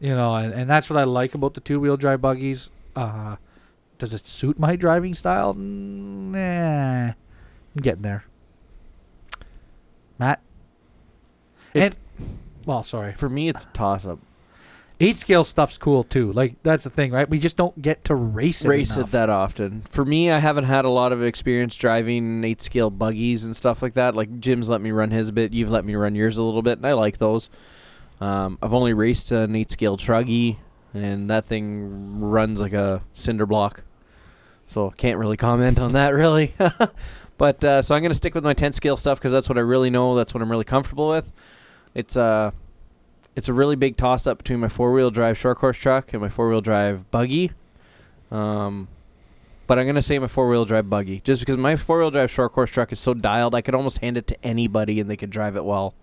you know and, and that's what i like about the two-wheel drive buggies uh does it suit my driving style nah i'm getting there matt
It-
and well sorry
For me, it's a toss up.
eight scale stuff's cool too like that's the thing right we just don't get to race it
race
enough.
it that often. For me, I haven't had a lot of experience driving eight scale buggies and stuff like that. Like Jim's let me run his a bit, you've let me run yours a little bit, and I like those. Um, I've only raced an eight scale truggy, and that thing runs like a cinder block, so can't really comment on that really. but uh, so I'm gonna stick with my ten scale stuff because that's what I really know. That's what I'm really comfortable with. It's uh it's a really big toss up between my four wheel drive short course truck and my four wheel drive buggy. Um, but I'm gonna say my four wheel drive buggy, just because my four wheel drive short course truck is so dialed, I could almost hand it to anybody and they could drive it well.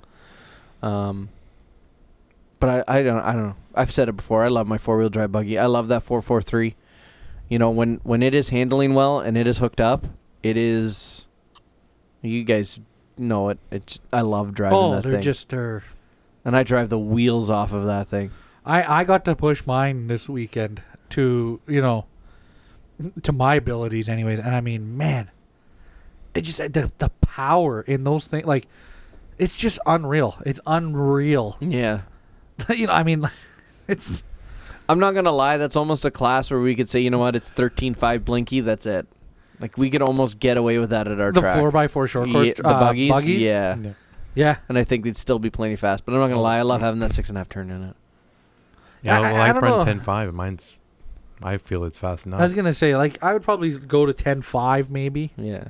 Um, but I, I don't I don't know. I've said it before. I love my four wheel drive buggy. I love that four four three. You know when when it is handling well and it is hooked up, it is. You guys know it. It's I love driving
oh
that
they're
thing,
just they're
and I drive the wheels off of that thing.
I I got to push mine this weekend to you know to my abilities anyways, and I mean man, it just the the power in those things like it's just unreal. It's unreal.
Yeah.
you know, I mean, it's
I'm not gonna lie, that's almost a class where we could say, you know what, it's thirteen five blinky, that's it. Like we could almost get away with that at our
the
track.
four by four short
Ye-
course
the
uh,
buggies, yeah. Uh-huh.
Yeah.
yeah. Oh,
And I think they'd still be plenty fast. But I'm not gonna lie, I love having that six and a half turn in it.
yeah,
I- I-
well,
I
I,
don't
run
know.
ten five, and mine's. I feel it's fast enough.
I was gonna say like I would probably go to ten five maybe,
Yeah.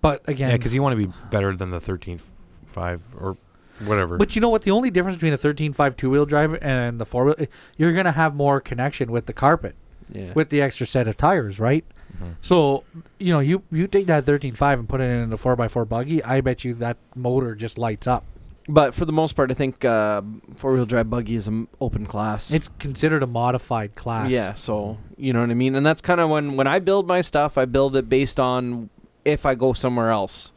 but
yeah,
again,
because you want to be better than the thirteen five or whatever.
But you know what? The only difference between a 13.5 two wheel drive and the four wheel, you're going to have more connection with the carpet,
Yeah. Mm-hmm.
with the extra set of tires, right?
Mhm.
So, you know, you, you take that 13.5 and put it in a 4x4 buggy, I bet you that motor just lights up.
but for the most part I think uh, four wheel drive buggy is an open class.
It's considered a modified class.
Yeah, so you know what I mean, and that's kind of when when I build my stuff, I build it based on if I go somewhere else,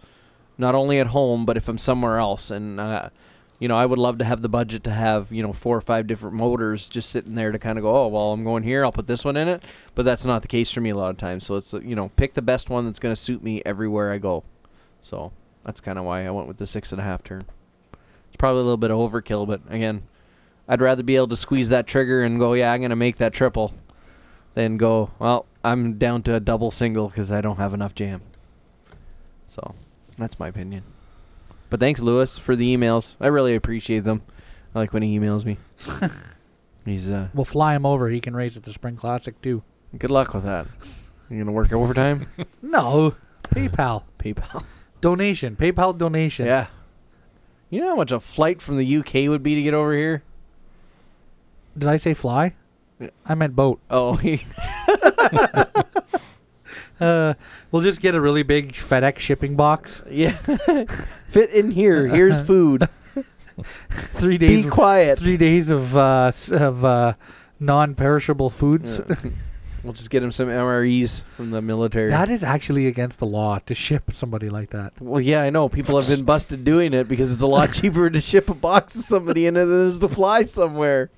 not only at home, but if I'm somewhere else. And, uh, you know, I would love to have the budget to have, you know, four or five different motors just sitting there to kind of go, oh, well, I'm going here, I'll put this one in it. But that's not the case for me a lot of times. So it's, uh, you know, pick the best one that's going to suit me everywhere I go. So that's kind of why I went with the six and a half turn. It's probably a little bit of overkill, but again, I'd rather be able to squeeze that trigger and go, yeah, I'm going to make that triple, than go, well, I'm down to a double single because I don't have enough jam. So that's my opinion. But thanks, Lewis, for the emails. I really appreciate them. I like when he emails me. He's uh,
We'll fly him over. He can race at the Spring Classic too.
good luck with that. You gonna work overtime?
No, PayPal
PayPal.
donation. PayPal donation.
Yeah. You know how much a flight from the UK would be to get over here?
Did I say fly?
Yeah.
I meant boat.
Oh,
Uh, we'll just get a really big FedEx shipping box.
yeah. Fit in here. Here's food.
Three days.
Be quiet.
Three days of uh, s- of uh, non-perishable foods.
Yeah. We'll just get him some MREs from the military.
That is actually against the law to ship somebody like that.
well, yeah, I know. People have been busted doing it because it's a lot cheaper to ship a box to somebody in it than it is to fly somewhere.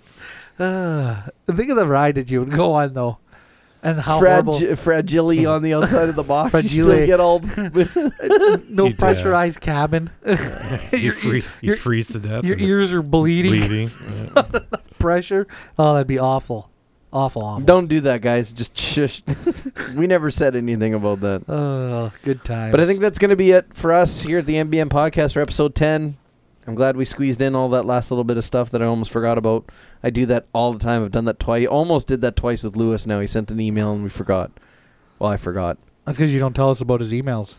Uh, think of the ride that you would go on though, and how horrible.
Frag- fragile on the outside of the box. You still
Fragile.
get all.
no
You'd, uh,
pressurized cabin.
you,
Your- e-,
free, you
your-
freeze to death.
Your
and it's
ears are bleeding.
bleeding. Yeah.
Pressure. Oh, that'd be awful. Awful. Awful.
Don't do that, guys. Just shush. we never said anything about that.
Oh, good times.
But I think that's going to be it for us here at the MBM podcast for episode 10. I'm glad we squeezed in all that last little bit of stuff that I almost forgot about. I do that all the time. I've done that twice. Almost did that twice with Lewis now. He sent an email and we forgot. Well, I forgot.
that's because Uh, you don't tell us about his emails.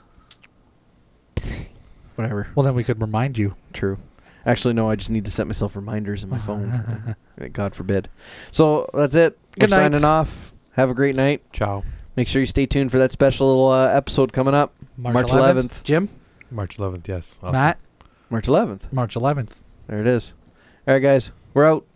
Whatever.
Well, then we could remind you.
True. Actually, no, I just need to set myself reminders in my phone. God forbid. So that's it.
Good
We're
night.
signing off. Have a great night.
Ciao.
Make sure you stay tuned for that special uh, episode coming up March 11th.
Jim,
March 11th. Yes. Awesome.
Matt,
March 11th.
March 11th.
There it is. All right, guys. We're out.